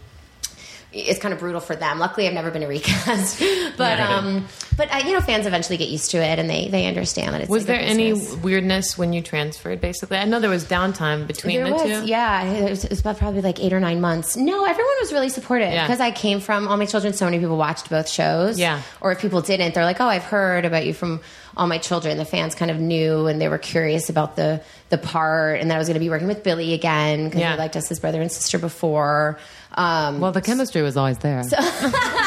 S5: it's kind of brutal for them. Luckily, I've never been a (laughs) recast, but um, but uh, you know, fans eventually get used to it and they they understand that it's.
S4: was
S5: like
S4: there
S5: a
S4: any
S5: business.
S4: weirdness when you transferred? Basically, I know there was downtime between
S5: There
S4: the
S5: was,
S4: two.
S5: yeah. It was, it was about probably like eight or nine months. No, everyone was really supportive
S4: Yeah.
S5: because I came from all my children. So many people watched both shows.
S4: Yeah.
S5: Or if people didn't, they're like, "Oh, I've heard about you from all my children." The fans kind of knew and they were curious about the the part and that I was going to be working with Billy again because
S4: Yeah.
S5: they liked us as brother and sister before. Um,
S4: Well, the chemistry was always there. (laughs)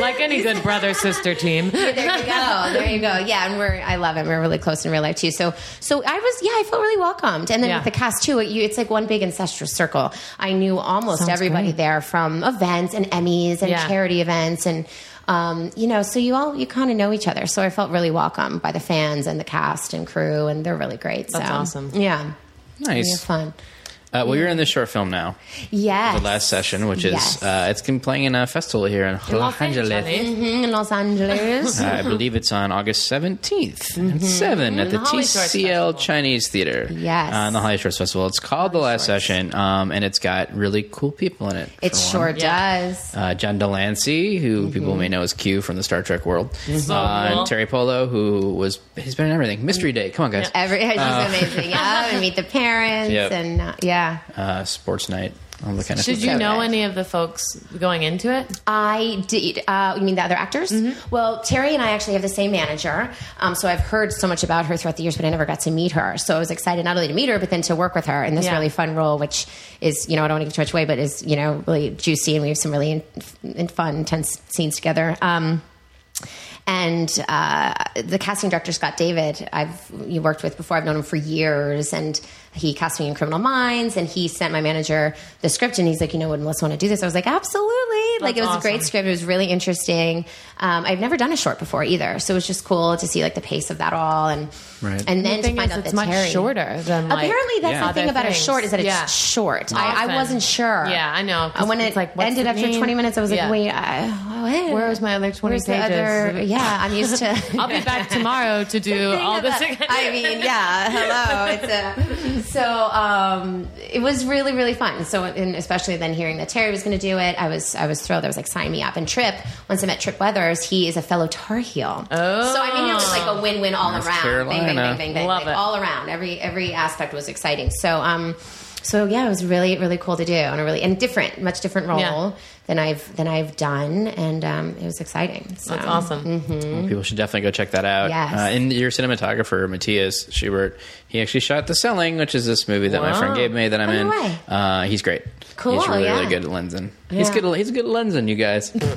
S4: like any good brother sister
S5: (laughs)
S4: team.
S5: there you go. There you go. Yeah, and we're I love it. We're really close in real life too. So so I was yeah, I felt really welcomed. And then
S4: Yeah.
S5: with the cast too, it, you, it's like one big ancestral circle. I knew almost
S4: Sounds
S5: everybody
S4: great.
S5: there from events and Emmys and
S4: Yeah.
S5: charity events and um, you know, so you all you kind of know each other. So I felt really welcomed by the fans and the cast and crew, and they're really great.
S4: That's
S5: so,
S4: awesome.
S5: Yeah, yeah,
S3: Nice. Uh,
S5: fun.
S3: well, you're in this short film now.
S5: Yes,
S3: The last session, which is
S5: Yes.
S3: uh, it's been playing in a festival here in Los Angeles.
S5: Mhm, in
S3: (laughs)
S5: Los Angeles.
S3: Uh,
S4: (laughs)
S3: I believe it's on August 17th and 7 at the,
S4: Mm-hmm. the Holly Shores
S3: TCL
S4: Festival.
S3: Chinese Theater.
S5: Yes.
S3: Uh, in the Holly Shores Festival. It's called The Last Session, um, and it's got really cool people in it. for
S5: it
S3: one.
S5: sure
S4: Yeah.
S5: does.
S3: Uh, John Delancey, who
S4: Mm-hmm.
S3: people may know as Q from the Star Trek world, uh,
S4: cool.
S3: and Terry Polo, who was he's been in everything. Mystery Day, come on guys,
S5: Every she's amazing. Yeah, and meet the parents
S3: Yep.
S5: and uh, yeah.
S3: uh, Sports Night, all the kind of.
S4: Did
S3: stuff.
S4: you
S5: So
S4: know
S5: good.
S4: any of the folks going into it?
S5: I did. Uh, you mean the other actors? Well, Terry and I actually have the same manager, um, so I've heard so much about her throughout the years, but I never got to meet her. So I was excited not only to meet her, but then to work with her in this
S4: Yeah.
S5: really fun role, which is you know I don't want to give too much away, but is you know really juicy, and we have some really in, in fun, intense scenes together. Um, and uh, the casting director Scott David, I've you worked with before. I've known him for years, and he cast me in Criminal Minds, and he sent my manager the script, and he's like, you know, would Melissa want to do this? I was like, absolutely! like it
S4: That's
S5: was a great
S4: awesome.
S5: script. It was really interesting. Um, I've never done a short before either, so it was just cool to see like the pace of that all, and
S3: Right.
S5: and then
S4: The thing
S5: to find
S4: is,
S5: out
S4: it's
S5: that
S4: much
S5: Terry-
S4: shorter than like,
S5: Apparently, that's
S3: Yeah.
S5: the thing
S4: other
S5: about
S4: things.
S5: a short is that it's
S4: Yeah.
S5: short. I,
S4: Often.
S5: I wasn't sure.
S4: Yeah, I know, 'cause
S5: And when
S4: it's
S5: it
S4: like, what's
S5: ended
S4: the
S5: after
S4: name?
S5: 20 minutes, I was like,
S4: Yeah.
S5: wait, I, wait,
S4: Where's my other 20
S5: where's the
S4: pages?
S5: other- yeah, I'm used to.
S4: (laughs)
S5: (laughs)
S4: I'll be back tomorrow to do all this again.
S5: I mean, yeah. Hello. It's a, so um, it was really, really fun. So, and especially then hearing that Terry was going to do it, I was, I was thrilled. I was like, sign me up. And Trip, once I met Trip Weathers, he is a fellow Tar Heel. Oh, so I mean, it was like a win-win all
S3: North
S5: around. Bang,
S3: Carolina.
S5: bang, bang, bang, bang.
S4: Love
S5: like,
S4: it.
S5: All around. Every every aspect was exciting. So, um, so yeah, it was really really cool to do and a really and different, much different role
S4: Yeah.
S5: than I've than I've done, and um, it was exciting. So.
S4: That's awesome.
S5: Mm-hmm.
S3: People should definitely go check that out.
S5: Yes.
S3: Uh, and your cinematographer, Matthias Schubert, he actually shot The Selling, which is this movie that my
S4: Wow.
S3: friend Gabe made that I'm
S5: Oh, no
S3: in.
S5: way.
S3: Uh, he's great.
S5: Cool,
S3: He's really, really
S5: yeah.
S3: good at lensing. He's
S5: Yeah.
S3: good. At, he's good at lensing, you guys.
S4: Is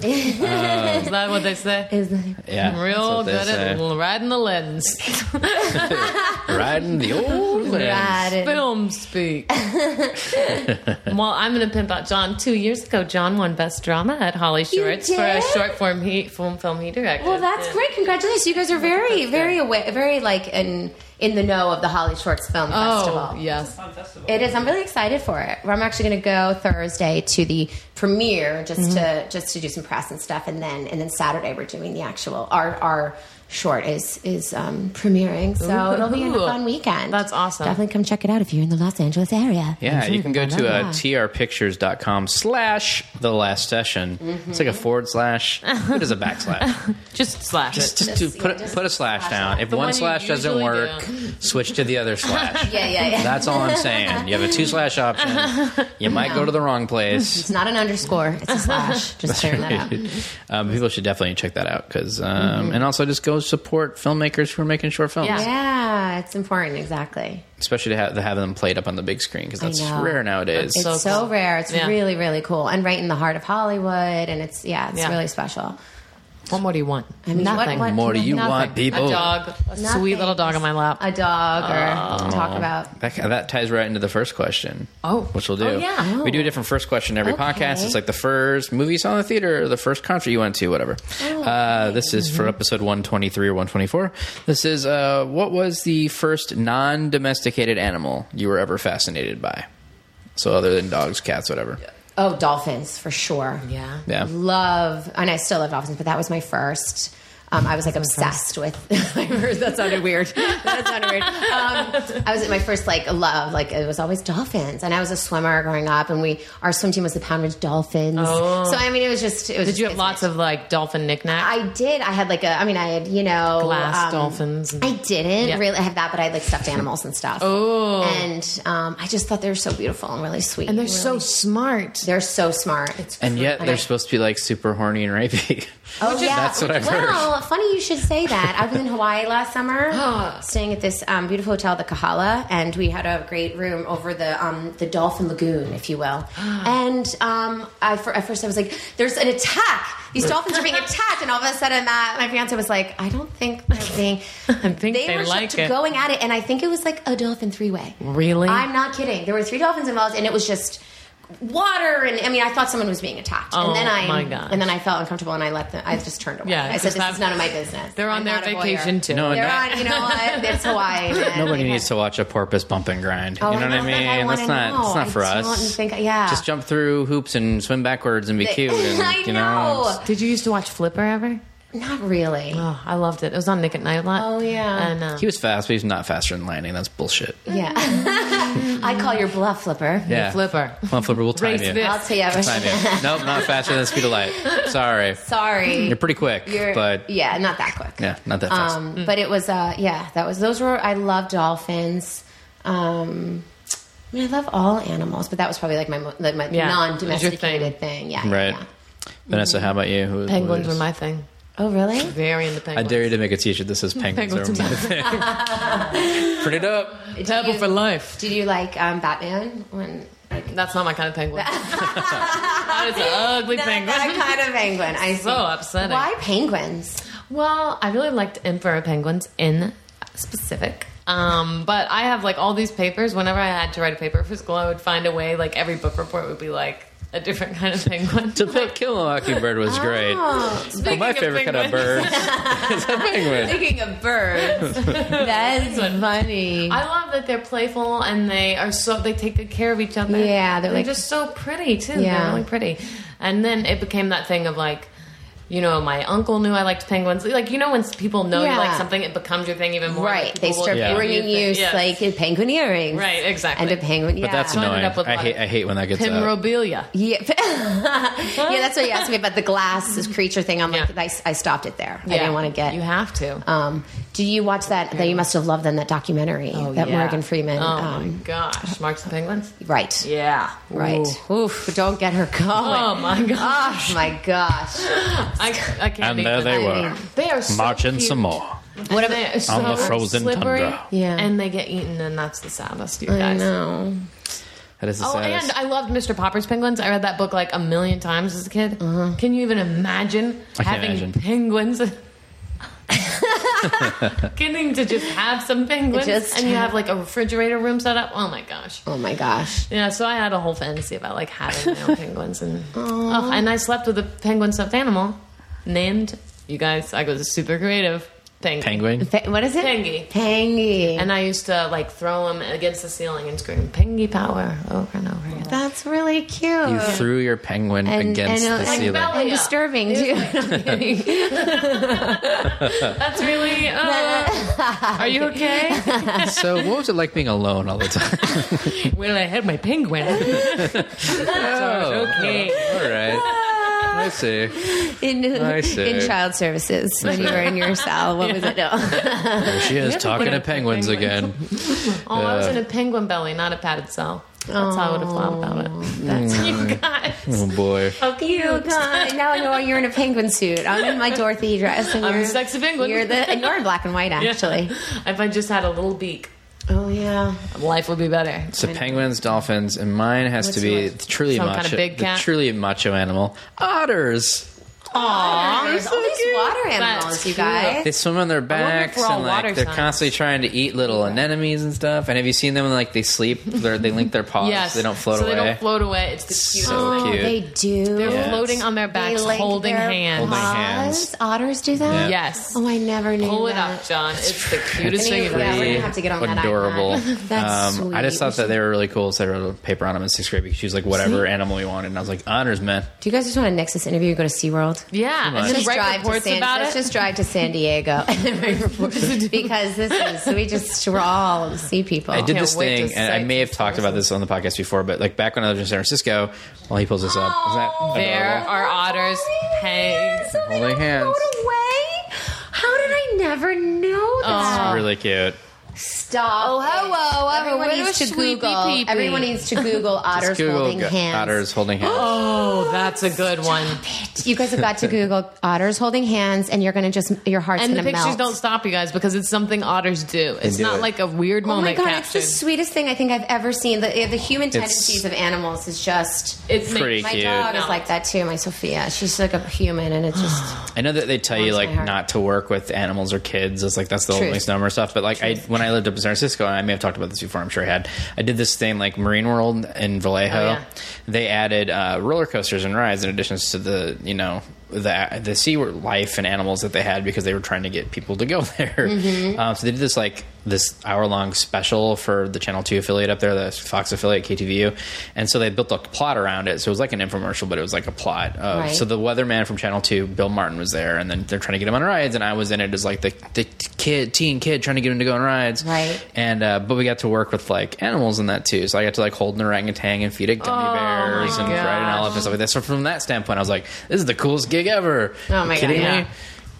S4: that what they say?
S5: It was-
S3: Yeah.
S4: Real
S3: that's what
S4: good
S3: they
S4: at
S3: say.
S4: riding the lens.
S3: riding the old lens.
S5: Ride it.
S4: Film
S5: (laughs)
S4: speak. (laughs) well, I'm going to pimp out John. Two years ago, John won Best Drama at Holly Shorts for a
S5: did?
S4: short form he, film film he directed.
S5: Well, that's
S4: Yeah.
S5: great. Congratulations. You guys are very, very aware, very like in in the know of the Holly Shorts Film
S4: Oh,
S5: Festival.
S4: yes.
S5: It is. I'm really excited for it. I'm actually going to go Thursday to the premiere just
S4: Mm-hmm.
S5: to just to do some press and stuff, and then and then Saturday we're doing the actual our our short is is um, premiering. So it'll be a
S4: Ooh.
S5: fun weekend.
S4: That's awesome.
S5: Definitely come check it out if you're in the Los Angeles area.
S3: Yeah, you can go to uh,
S5: Blah, blah,
S3: trpictures.com slash the last session. It's like a forward slash. What is a backslash?
S4: Just slash
S3: just
S4: it.
S3: just,
S5: Just-
S3: to put,
S5: yeah, just
S3: put a slash,
S5: slash
S3: down.
S5: it.
S3: If
S4: The
S3: one
S4: one you
S3: slash doesn't
S4: usually
S3: work, switch to the other slash.
S5: Yeah, yeah, yeah.
S3: That's all I'm saying. You have a two slash option. You might go to the wrong place.
S5: (laughs)
S3: (laughs)
S5: It's not an underscore.
S4: (laughs)
S5: It's a slash. Just tearing that out.
S3: um, people should definitely check that out because, um, and also just go support filmmakers who are making short films,
S4: Yeah.
S5: Yeah, it's important. Exactly.
S3: especially to have, to have them played up on the big screen because that's
S5: know.
S3: rare nowadays.
S5: It's
S4: so
S5: so,
S4: cool.
S5: rare. It's
S4: Yeah.
S5: really, really cool. And right in the heart of Hollywood. And it's, yeah, it's
S4: Yeah.
S5: really special.
S4: What more do you want?
S5: I mean, what-
S4: Nothing.
S5: what-
S3: More do you
S4: Nothing.
S3: want, people?
S4: A dog. A sweet
S5: Nothing.
S4: little dog on my lap.
S5: A dog or talk about.
S3: Oh, That, that ties right into the first question.
S4: Oh.
S3: which we'll do.
S4: Oh, yeah.
S3: we do a different first question every
S5: Okay.
S3: podcast. It's like the first movie you saw in the theater, or the first concert you went to, whatever.
S5: Oh,
S3: Uh, this is
S5: Mm-hmm.
S3: for episode one twenty three or one twenty four. This is uh, what was the first non domesticated animal you were ever fascinated by? So other than dogs, cats, whatever.
S5: Oh, dolphins for sure.
S4: Yeah.
S3: Yeah.
S5: Love, and I still love dolphins, but that was my first. Um, I was like obsessed with. (laughs) that sounded weird. That sounded weird. Um, I was at my first like love, like it was always dolphins, and I was a swimmer growing up, and we our swim team was the Pound Ridge Dolphins.
S4: Oh.
S5: So I mean, it was just. It was
S4: Did you have lots of like dolphin knickknacks?
S5: I did. I had like a. I mean, I had you know
S4: Glass
S5: um,
S4: dolphins and-
S5: I didn't
S4: Yeah.
S5: really have that, but I had like stuffed animals and stuff. Oh, and um, I just thought they were so beautiful and really sweet.
S4: and they're
S5: really-
S4: so smart.
S5: they're so smart.
S3: And yet
S5: I-
S3: they're supposed to be like super horny and rapey. (laughs)
S5: Oh, yeah.
S3: that's what I've heard.
S5: Well, funny you should say that. I was in Hawaii
S4: (gasps)
S5: last summer, staying at this um, beautiful hotel, the Kahala, and we had a great room over the um, the Dolphin Lagoon, if you
S4: (gasps)
S5: will. and um, I, for, at first, I was like, "There's an attack! These dolphins
S4: (laughs)
S5: are being attacked!" And all of a sudden, uh, my fiance was like, "I don't think they're being.
S4: (laughs) I think they
S5: were just
S4: like it.
S5: going at it, and I think it was like a dolphin three way.
S4: Really?
S5: I'm not kidding. There were three dolphins involved, and it was just." Water and I mean, I thought someone was being attacked,
S4: Oh,
S5: and then I
S4: my gosh.
S5: and then I felt uncomfortable and I let them. I just turned away.
S4: Yeah,
S5: I
S4: just
S5: said this
S4: have-
S5: is none of my business.
S4: They're on
S5: I'm
S4: their
S5: not a voyeur."
S4: vacation too.
S3: No,
S5: They're
S3: no-
S5: on. You know what? It's Hawaii. man.
S3: (laughs) nobody
S5: Like,
S3: needs to watch a porpoise bump and grind.
S5: oh,
S3: you know what I
S5: don't think
S3: mean?
S5: wanna
S3: that's not. That's
S5: know.
S3: not for
S5: I
S3: us.
S5: don't think. Yeah.
S4: Ah.
S3: Just jump through hoops and swim backwards and be
S4: (laughs)
S3: cute. And,
S5: (laughs) I
S3: you
S5: know.
S4: Did you used to watch Flipper ever?
S5: Not really.
S4: Oh, I loved it. It was on Nick at Night a lot.
S5: Oh, yeah.
S4: And uh,
S3: He was fast, but he's not faster than lightning. That's bullshit.
S5: Yeah. (laughs) I call your bluff, Flipper.
S3: Yeah.
S4: Flipper.
S3: Come on, Flipper. We'll time
S4: Race
S3: you.
S4: this.
S5: I'll tell you. I was-
S3: Time you. Nope, not faster than the speed of light. Sorry.
S5: Sorry.
S3: You're pretty quick,
S5: You're-
S3: but
S5: yeah, not that quick.
S3: yeah, not that fast.
S5: Um, But it was, uh, yeah, that was, those were, I love dolphins. Um, I mean, I love all animals, but that was probably like my, mo- like my
S4: Yeah,
S5: non
S4: it was your
S5: domesticated
S4: thing.
S5: thing. Yeah. yeah,
S3: right.
S5: yeah.
S3: Vanessa, how about you? Who- who
S4: Penguins
S3: is-
S4: were my thing.
S5: Oh, really?
S4: Very into
S3: I
S4: penguins.
S3: dare you to make a t-shirt that says penguins,
S4: Penguins
S3: are
S4: are
S3: my
S4: my
S3: thing.
S4: (laughs)
S3: Print it up.
S4: Pebble for life.
S5: Did you like um, Batman? When
S4: That's not my kind of penguin.
S5: (laughs)
S4: that is an ugly penguin.
S5: kind of penguin.
S4: (laughs)
S5: I
S4: So upsetting.
S5: Why penguins?
S4: Well, I really liked emperor penguins in specific. Um, but I have like all these papers. Whenever I had to write a paper for school, I would find a way. Like every book report would be like a
S3: (laughs)
S4: different kind of penguin.
S3: To put Kill a Mockingbird was great.
S5: Oh,
S3: But my favorite kind of bird
S4: (laughs)
S3: is a penguin.
S5: speaking of (laughs) birds, that's funny.
S4: I love that they're playful and they are so they take good care of each other.
S5: Yeah, they're
S4: they're
S5: like-
S4: just so pretty too.
S5: Yeah.
S4: They're really pretty. And then it became that thing of like, you know, my uncle knew I liked penguins. Like you know, when people know
S5: Yeah.
S4: you like something, it becomes your thing even more.
S5: right,
S4: Like,
S5: they
S4: people
S5: start
S4: will
S3: Yeah.
S4: give
S5: bringing you
S4: things. Yes.
S5: like a penguin earrings,
S4: Right, exactly.
S5: and a penguin. Yeah.
S3: But that's
S4: So I ended
S3: annoying.
S4: up with
S3: I
S4: a lot
S3: hate.
S4: of
S3: I hate when that gets out.
S4: Pimrobilia.
S5: yeah, (laughs) yeah. That's what you asked me about the glass creature thing. I'm like,
S4: Yeah.
S5: I, I stopped it there. I
S4: Yeah.
S5: didn't want to get
S4: You have to.
S5: Um, Do you watch that? That you must have loved then that documentary that
S4: yeah.
S5: Morgan Freeman.
S4: Oh my
S5: um,
S4: gosh, Marks and Penguins.
S5: right.
S4: Yeah.
S5: Right.
S4: Ooh. Oof.
S5: But don't get her going.
S4: Oh my gosh.
S5: (laughs) Oh my gosh.
S4: I, I can't.
S3: And there
S4: even-
S3: they
S4: I
S3: were,
S4: mean, They are so
S3: Marching
S4: cute.
S3: some more.
S4: What are they? So
S3: the frozen
S4: slippery,
S3: tundra.
S5: Yeah.
S4: And they get eaten, and that's the saddest, you
S5: I
S4: guys.
S5: know.
S3: That is the
S4: Oh,
S3: saddest.
S4: and I loved Mr. Popper's Penguins. I read that book like a million times as a kid.
S5: Uh-huh.
S4: Can you even imagine
S3: I can't
S4: having
S3: imagine.
S5: (laughs)
S4: penguins? (laughs) Getting to just have some penguins,
S5: Just
S4: and you
S5: have-
S4: have like a refrigerator room set up. Oh my gosh!
S5: Oh my gosh.
S4: Yeah, so I had a whole fantasy about like having my
S5: (laughs)
S4: own penguins, and oh, and I slept with a penguin stuffed animal named you guys. I was super creative penguin.
S3: Penguin.
S5: Fa- What is it?
S4: Pengy.
S5: Pangy.
S4: And I used to like throw him against the ceiling and scream "Pengy power" over and over again.
S5: That's really cute.
S3: You threw your penguin
S5: And-
S3: against
S5: and, uh,
S3: the
S5: and
S3: ceiling.
S4: Bella-
S5: and
S4: Yeah.
S5: disturbing too.
S4: That's really. Uh, are (laughs) you okay?
S3: so, what was it like being alone all the time?
S4: well, I had my (laughs) penguin.
S3: (laughs) oh,
S4: Okay.
S3: all right.
S4: (laughs)
S3: I see.
S5: (laughs) in,
S3: I see.
S5: in child services when you were in your cell. What was it? No.
S3: There she is
S4: have to
S3: talking
S4: put
S3: to
S4: up with
S3: penguins again.
S4: penguins. Oh, I was in a penguin belly, not a padded cell. That's how I would have thought about it. That's you guys.
S3: (laughs) (laughs) Oh boy.
S4: How (laughs) cute.
S5: Cute. God, now I know why you're in a penguin suit. I'm in my Dorothy E. dress. And
S4: I'm
S5: you're,
S4: a sexy penguin.
S5: You're the and you're in black and white actually.
S4: If I just had a little beak,
S5: Oh yeah.
S4: life would be better.
S3: So penguins, dolphins, and mine has to be
S5: yours?
S3: truly
S4: Some
S3: macho,
S4: kind of big
S3: the
S4: cat?
S3: truly macho animal. Otters.
S5: There's all these water animals,
S4: That's
S5: you
S4: cute.
S5: guys.
S3: They swim on their backs
S4: we're all
S3: and like
S4: water
S3: they're
S4: signs.
S3: constantly trying to eat little anemones and stuff. And have you seen them when like they sleep? They're, they link their paws.
S4: Yes.
S3: They don't float
S4: so
S3: away.
S4: They don't float away. It's the cutest
S3: So
S4: thing.
S3: cute.
S5: Oh, They do.
S4: They're
S3: Yeah.
S4: floating on their
S5: They
S4: backs,
S5: link
S4: holding
S5: their
S4: hands.
S3: Holding
S5: paws.
S3: hands.
S5: Otters do that.
S3: Yeah.
S4: Yes.
S5: Oh, I never knew.
S4: Pull it
S5: that.
S4: up, John. It's the cutest thing
S5: Anyway,
S4: you've
S5: yeah, we're
S4: ever
S5: gonna
S4: seen.
S5: have to get on that
S3: adorable.
S5: iPad. That's
S3: um,
S5: sweet.
S3: I just thought that they were really cool, so I wrote a paper on them in sixth grade because she was like, whatever animal you wanted. And I was like, honors, man.
S5: Do you guys just want to next this interview and go to SeaWorld?
S4: Yeah, and
S3: much.
S4: then
S5: Just
S4: write
S5: drive to
S4: reports
S5: San,
S4: about
S5: let's
S4: it.
S5: just drive to San Diego (laughs) and write
S4: (laughs)
S5: reports. because this is we just we're all sea people.
S3: I did
S4: Can't
S3: this
S4: wait to
S3: thing, and I
S4: sight
S3: may have
S4: these
S3: talked about this on the podcast before, but like back when I lived in San Francisco, while he pulls this up, is that
S4: There
S3: adorable?
S4: are otters. Hey.
S3: Holding hands.
S5: away. How did I never know that?
S3: It's really cute.
S5: Stop. Oh,
S4: hello, I'm a
S5: Everyone
S4: little
S5: needs to
S4: sweepy
S5: Google.
S4: peepee.
S5: Everyone needs
S3: (laughs)
S5: to Google otters
S3: Google
S5: holding
S3: go-
S5: hands.
S3: otters holding hands.
S4: Oh, that's a good one.
S5: You guys have got to Google otters holding hands, and you're gonna just your heart's
S4: And the
S5: gonna
S4: pictures
S5: melt.
S4: don't stop, you guys, because it's something otters do. It's
S3: do
S4: not
S3: it.
S4: like a weird
S5: Oh my
S4: moment
S5: god,
S4: captured.
S5: it's the sweetest thing I think I've ever seen. The, the human tendencies of animals is just.
S4: It's
S3: Pretty
S5: My
S3: cute.
S5: dog is
S4: No.
S5: like that too. My Sophia, she's like a human, and
S4: (gasps)
S5: it's just
S3: I know that they tell you
S5: Warms my
S3: like
S5: heart.
S3: not to work with animals or kids. It's like that's the old
S5: Truth.
S3: misnomer stuff. But like I, when I lived up in San Francisco, and I may have talked about this before. I'm sure I had. I did this thing like Marine World in Vallejo.
S4: Oh, yeah.
S3: They added uh, roller coasters and rides in addition to the you know the the sea life and animals that they had because they were trying to get people to go (laughs) there. Um, so they did this like this hour long special for the Channel Two affiliate up there, the Fox affiliate KTVU, and so they built a plot around it. So it was like an infomercial, but it was like a plot. Of,
S5: Right.
S3: So the weatherman from Channel Two, Bill Martin, was there, and then they're trying to get him on rides, and I was in it as like the, the kid, teen kid, trying to get him to go on rides.
S5: Right.
S3: And uh, but we got to work with like animals in that too. So I got to like hold an orangutan and feed it
S5: Oh
S3: gummy bears and ride an
S4: gosh.
S3: elephant and stuff like that. So from that standpoint, I was like, this is the coolest gig ever.
S5: Oh, my
S3: You kidding
S5: God, yeah.
S3: me?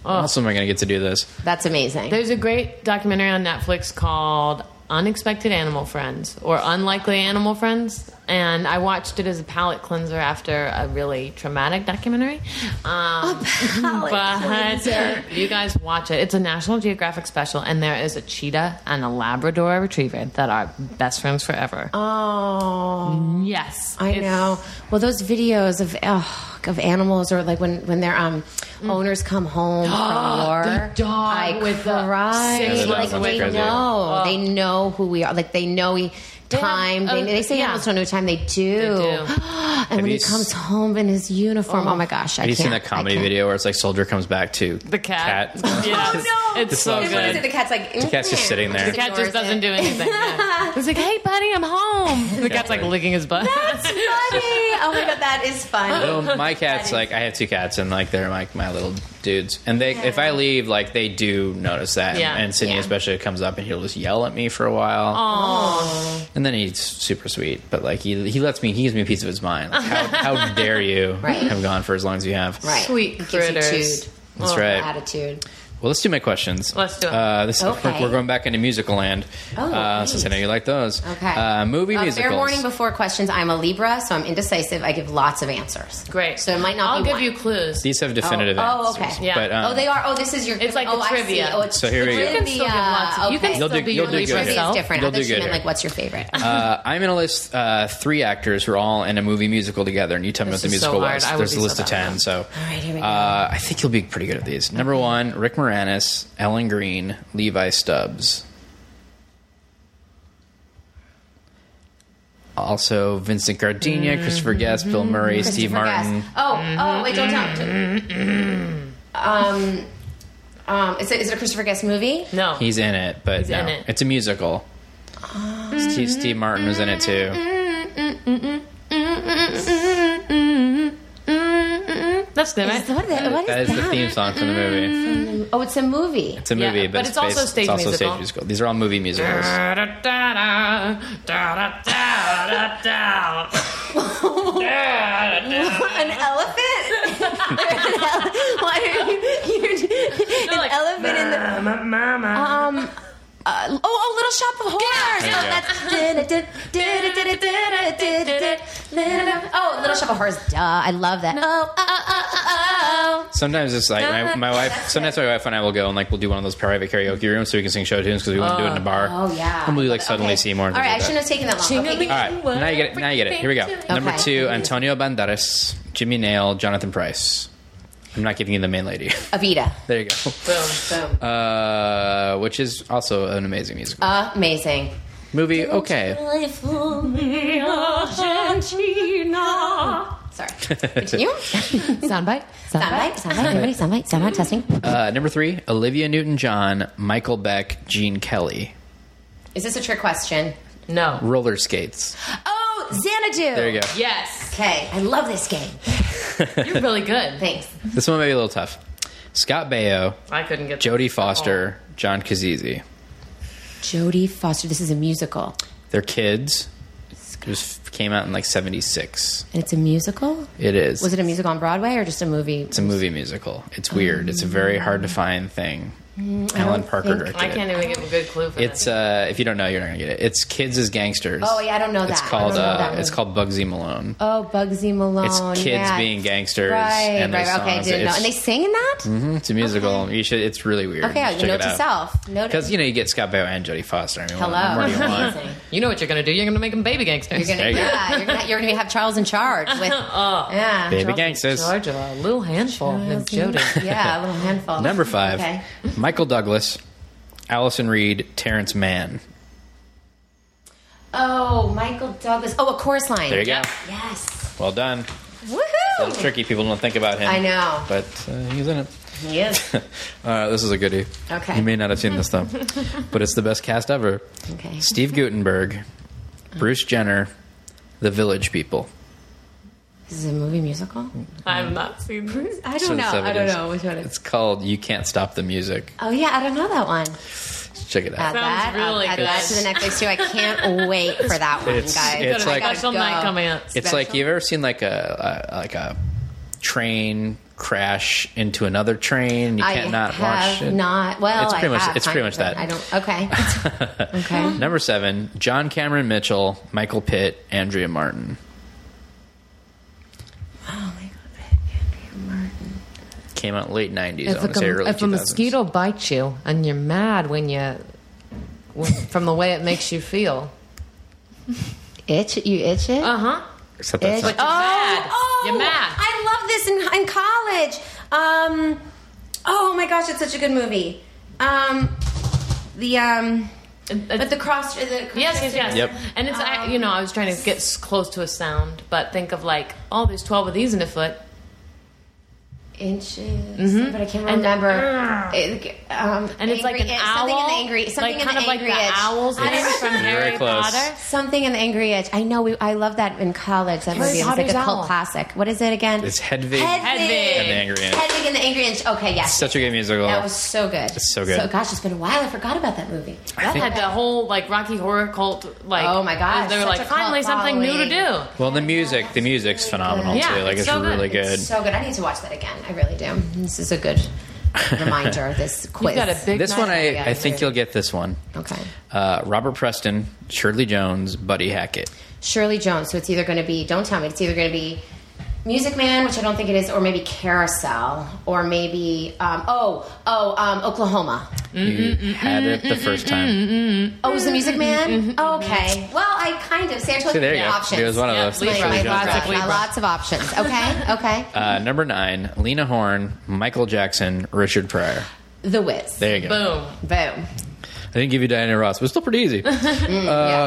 S3: How else am I going to get to do this?
S5: that's amazing.
S4: There's a great documentary on Netflix called Unexpected Animal Friends or Unlikely Animal Friends. And I watched it as a palate cleanser after a really traumatic documentary. Um, but you guys watch it. It's a National Geographic special, and there is a cheetah and a Labrador retriever that are best friends forever. Um,
S5: oh,
S4: yes.
S5: I
S4: It's-
S5: know. Well, those videos of oh, of animals, or like when when their um owners come home from war,
S4: Mm. (gasps) The dog
S5: I
S4: with the
S5: cry.
S4: six
S3: Yeah, the
S5: like
S3: dog one's
S5: they
S3: crazy.
S5: know, they know who we are. Like they know we.
S4: They have-
S5: Time. They,
S4: oh,
S5: they say
S4: yeah.
S5: animals don't know time. They do.
S4: do.
S5: (gasps) and when
S3: you
S5: he
S3: s-
S5: comes home in his uniform, oh, my gosh! I
S3: Have you seen
S5: can't.
S3: that comedy
S5: I can't.
S3: video where it's like soldier comes back to
S4: The cat.
S5: (laughs)
S3: cat. (laughs)
S4: Yes.
S5: no.
S4: Oh, It's so
S3: It's
S5: And what is it?
S4: good.
S5: The cat's like the
S3: cat's just sitting there.
S4: The cat just doesn't do anything.
S5: (laughs)
S4: Yeah. It's like, hey, buddy, I'm home. The cat's like licking his butt.
S5: That's funny. Oh my god, that is funny.
S3: Well, Oh, my cat's like I have two cats and like they're like my little dudes and they if I leave like they do notice that And-
S4: Yeah.
S3: and Sydney
S5: Yeah.
S3: especially comes up and he'll just yell at me for a while and then he's super sweet but like he, he lets me he gives me a piece of his mind like,
S5: (laughs)
S3: how, how dare you
S5: Right.
S3: have gone for as long as you have
S5: Right.
S4: Sweet
S5: It gives you
S4: critters.
S5: tude.
S3: that's
S5: Little
S3: right
S5: Attitude.
S3: Well, let's do my questions.
S4: Let's do it.
S3: Uh, this
S5: Okay.
S3: we're going back into musical land.
S5: Oh,
S3: uh, since I know
S5: great.
S3: you like those.
S5: Okay.
S3: Uh, movie
S5: uh,
S3: musicals.
S5: Fair warning before questions. I'm a Libra, so I'm indecisive. I give lots of answers.
S4: Great.
S5: So it might not
S4: I'll
S5: be
S4: give
S5: one.
S4: you clues.
S3: These have definitive
S5: Oh,
S3: answers.
S5: okay.
S4: Yeah.
S3: But, um,
S5: oh, they are. Oh, this is your.
S4: It's like
S5: oh,
S4: the
S5: I see.
S4: trivia.
S5: Oh, it's
S3: So here we go.
S5: trivia.
S4: You can still get lots of- you can uh, You'll
S5: Okay.
S3: do- still be you'll do
S5: Trivia
S3: good
S5: is
S3: here.
S5: different.
S3: You'll
S5: I thought
S3: do
S5: she
S3: good
S5: meant,
S3: here.
S5: like, what's your favorite? (laughs)
S3: Uh, I'm going to list uh, three actors who are all in a movie musical together, and you tell me
S4: This
S3: what the
S4: is so
S3: musical
S4: hard.
S3: was.
S4: I would
S3: There's
S4: be
S3: a
S4: so
S3: list of
S4: bad at
S3: ten,
S4: that.
S3: so
S5: right, here we go.
S3: Uh, I think you'll be pretty good at these. Number one, Rick Moranis, Ellen Green, Levi Stubbs. Also, Vincent Gardenia,
S4: Mm-hmm.
S3: Christopher Guest, Bill Murray, Steve
S5: Christopher Guest.
S3: Martin.
S5: Oh, oh, wait, don't tell. don't- Um, um, is it is it a Christopher Guest movie?
S4: no.
S3: He's in it, but no,
S4: in it.
S3: it's a musical. Steve, Steve Martin was in it
S4: Mm-hmm.
S3: too.
S4: That's good.
S5: Is- what is that? What
S3: That
S5: is
S3: is the theme song from the
S4: Mm-hmm.
S3: movie.
S5: Oh, it's a movie.
S3: It's a
S4: Yeah,
S3: movie, but,
S4: but it's also
S3: based-
S4: stage
S3: it's also
S4: musical.
S3: stage musical. These are all movie musicals.
S5: (laughs) an elephant? Why are you? You're, an
S4: like,
S5: elephant in the. Um. Uh, oh, oh, Little Shop of Horrors.
S3: There you go.
S5: Oh, that's. Oh, Little Shop of Horrors. Duh, I love that. Oh, oh, oh, oh, oh,
S3: Sometimes it's like my, my wife. Sometimes my wife and I will go and like we'll do one of those private karaoke rooms so we can sing show tunes because we want to do it in a bar.
S5: oh. Oh, yeah.
S3: And we'll do like suddenly
S5: Okay.
S3: Seymour.
S5: All
S3: and
S5: right, I
S3: things
S5: shouldn't
S3: like
S5: have taken that long. Okay.
S3: that. All right, now you get it. Now you get it. Here we go. Number
S5: Okay.
S3: two, Antonio Banderas, Jimmy Nail, Jonathan Price. I'm not giving you the main lady. (laughs)
S5: Avita.
S3: there you go.
S5: Boom.
S3: Uh, which is also an amazing musical
S5: Uh, Amazing.
S3: movie. Okay,
S5: Sorry.
S3: (laughs)
S5: Continue.
S4: Soundbite.
S5: (laughs) soundbite. Soundbite. Everybody. Soundbite. Soundbite. Testing.
S3: uh, number three, Olivia Newton-John, Michael Beck, Gene Kelly,
S5: Is this a trick question?
S4: No.
S3: roller skates.
S5: Oh, Xanadu.
S3: There you go.
S4: Yes.
S5: Okay, I love this game.
S4: You're really good.
S5: Thanks.
S3: This one may be a little tough. Scott Baio,
S4: (laughs) I couldn't get
S3: Jodie Foster,
S5: Oh.
S3: John Kazizi.
S5: Jodie Foster. This is a musical,
S3: They're kids. It was, came out in like '76.
S5: and it's a musical.
S3: It is.
S5: Was it a musical on Broadway or just a movie?
S3: It's a movie musical. It's weird. It's a
S5: Mm.
S3: very hard to find thing. Alan Parker
S5: think-
S3: directed
S4: Oh, I can't
S3: it.
S4: even give a good clue for
S3: It's
S4: this.
S3: uh, if you don't know, you're not gonna get it. It's Kids as Gangsters.
S5: Oh, yeah, I don't know
S3: It's
S5: that. I
S3: called
S5: don't know
S3: uh,
S5: that
S3: it's
S5: movie.
S3: called Bugsy Malone.
S5: oh, Bugsy Malone.
S3: it's kids
S5: yeah.
S3: being gangsters.
S5: Right,
S3: and their
S5: right. Okay, I
S3: songs.
S5: didn't know.
S3: It's-
S5: And they sing in that.
S3: Mhm, It's a musical. You should. It's really weird.
S5: Okay,
S3: you
S5: you note to self. Note
S3: Because you know you get Scott Baio and Jodie Foster. I mean,
S5: Hello.
S3: What
S5: (laughs)
S3: more do you want?
S5: Amazing.
S4: You know what you're going to do. You're going to make them baby gangsters. (laughs)
S5: You're
S3: There
S5: gonna,
S3: you go.
S5: yeah, you're gonna, you're gonna have Charles in charge with
S4: Oh.
S5: yeah,
S3: Baby
S5: Charles-
S3: gangsters.
S4: Georgia, a little handful
S3: (laughs)
S4: of Jodie.
S5: Yeah, a little handful.
S3: Oh, Number five,
S5: Okay. (laughs)
S3: Michael Douglas, Allison Reed, Terrence Mann.
S5: Oh, Michael Douglas. Oh, a chorus line.
S3: There you go.
S5: Yes.
S3: Well done. It's
S5: Woohoo!
S3: tricky. People don't think about him.
S5: I know.
S3: But uh, he's in it. (laughs)
S5: Yes.
S3: Uh, this is a goodie.
S5: Okay.
S3: You may not have seen this,
S5: (laughs)
S3: though. but it's the best cast ever.
S5: Okay. Uh-huh.
S3: Steve Gutenberg, Bruce Jenner, The Village People.
S5: This is a movie musical.
S4: I've not seen this. (laughs)
S5: I
S3: So
S5: don't know.
S3: the
S5: I don't
S3: 70s.
S5: know which one it is.
S3: It's called You Can't Stop the Music.
S5: Oh yeah, I don't know that one.
S3: Check it
S5: Add
S3: out.
S5: that. I'll
S4: really
S5: add
S4: good.
S5: that to the Netflix too.
S4: (laughs)
S5: I can't wait for that one,
S3: It's-
S5: guys.
S3: it's
S4: Got a
S3: like-
S4: special
S5: Gotta
S4: night
S5: go.
S4: coming up.
S3: It's like you've ever seen like a, a like a train crash into another train. You can't not
S5: have
S3: watch it.
S5: Not well.
S3: It's pretty
S5: I
S3: much-
S5: have
S3: it's pretty much
S5: kind
S3: that.
S5: of, I don't.
S3: (laughs)
S5: Okay. okay.
S3: Number seven, John Cameron Mitchell, Michael Pitt, Andrea Martin.
S4: Oh,
S3: Came out late nineties. I
S4: If,
S3: want to say
S4: a,
S3: early
S4: if a
S3: 2000s.
S4: mosquito bites you and you're mad when you when- from the way it makes you feel.
S5: Itch. You itch it.
S4: Uh huh.
S3: Except that's
S5: It's-
S3: not-
S4: You're mad.
S5: Oh,
S4: You're mad.
S5: I love this in, in college. Um, oh my gosh, it's such a good movie. Um, the um, but the Um, cross. The cross
S4: Yes, yes, yes.
S3: Yep.
S4: And it's I, you know I was trying to get s- close to a sound, but think of like oh there's twelve of these in a foot.
S5: Inches, but I can't remember. It- um,
S4: Mm-hmm. uh, And it's like an
S5: angry itch,
S4: owl,
S5: Something in the angry. Something
S4: like
S5: in
S4: kind
S5: the
S4: of like
S5: angry
S4: the
S5: itch.
S4: owls
S5: I don't
S4: from
S5: know.
S4: Harry
S3: Very close.
S4: Potter.
S5: Something in the angry itch. I know. We, I love that in college. That
S4: Harry
S5: movie. It was like a
S4: Potter's
S5: cult
S4: owl.
S5: classic. What is it again?
S3: It's Hedwig.
S5: Hedwig.
S4: Hedwig.
S3: and the Angry Inch.
S5: Hedwig and the Angry Inch. Okay, yes.
S3: Such a good musical.
S5: That was so good. It's
S3: so good.
S5: So gosh, it's been a while. I forgot about that movie.
S4: That had the whole like Rocky Horror cult like
S5: Oh, my God,
S4: they were
S5: such
S4: like
S5: a cult
S4: finally something new to
S5: following.
S4: do.
S3: well, the music, the music's phenomenal
S4: Yeah,
S3: too. Like
S4: it's
S3: it's,
S4: so good.
S3: really good. (laughs)
S5: It's so good. I need to watch that again. I really do. This is a good. reminder, this quiz.
S4: got a big
S3: This
S4: night.
S3: one, I,
S5: Yeah,
S3: I think
S5: dude.
S3: you'll get this one.
S5: okay.
S3: Uh, Robert Preston, Shirley Jones, Buddy Hackett.
S5: Shirley Jones. So it's either going to be, don't tell me, it's either going to be Music Man, which I don't think it is, or maybe Carousel, or maybe, um, oh, oh, um, Oklahoma.
S3: you had it the first time.
S5: Oh, it was the Music Man? Oh, okay. Well, I kind of, see, I told
S3: See, there
S5: you
S3: you
S5: my
S3: go.
S5: mm-hmm. options.
S3: It was one of
S4: Yeah,
S3: those.
S4: Libra.
S5: My- my
S4: Shirley Jones.
S5: lots, of,
S4: Exactly.
S5: my lots of options. Okay, okay.
S3: Uh, number nine, Lena Horne, Michael Jackson, Richard Pryor.
S5: the Wiz.
S3: There you go.
S4: Boom.
S5: Boom.
S3: I didn't give you Diana Ross, but it's still pretty easy.
S5: yeah.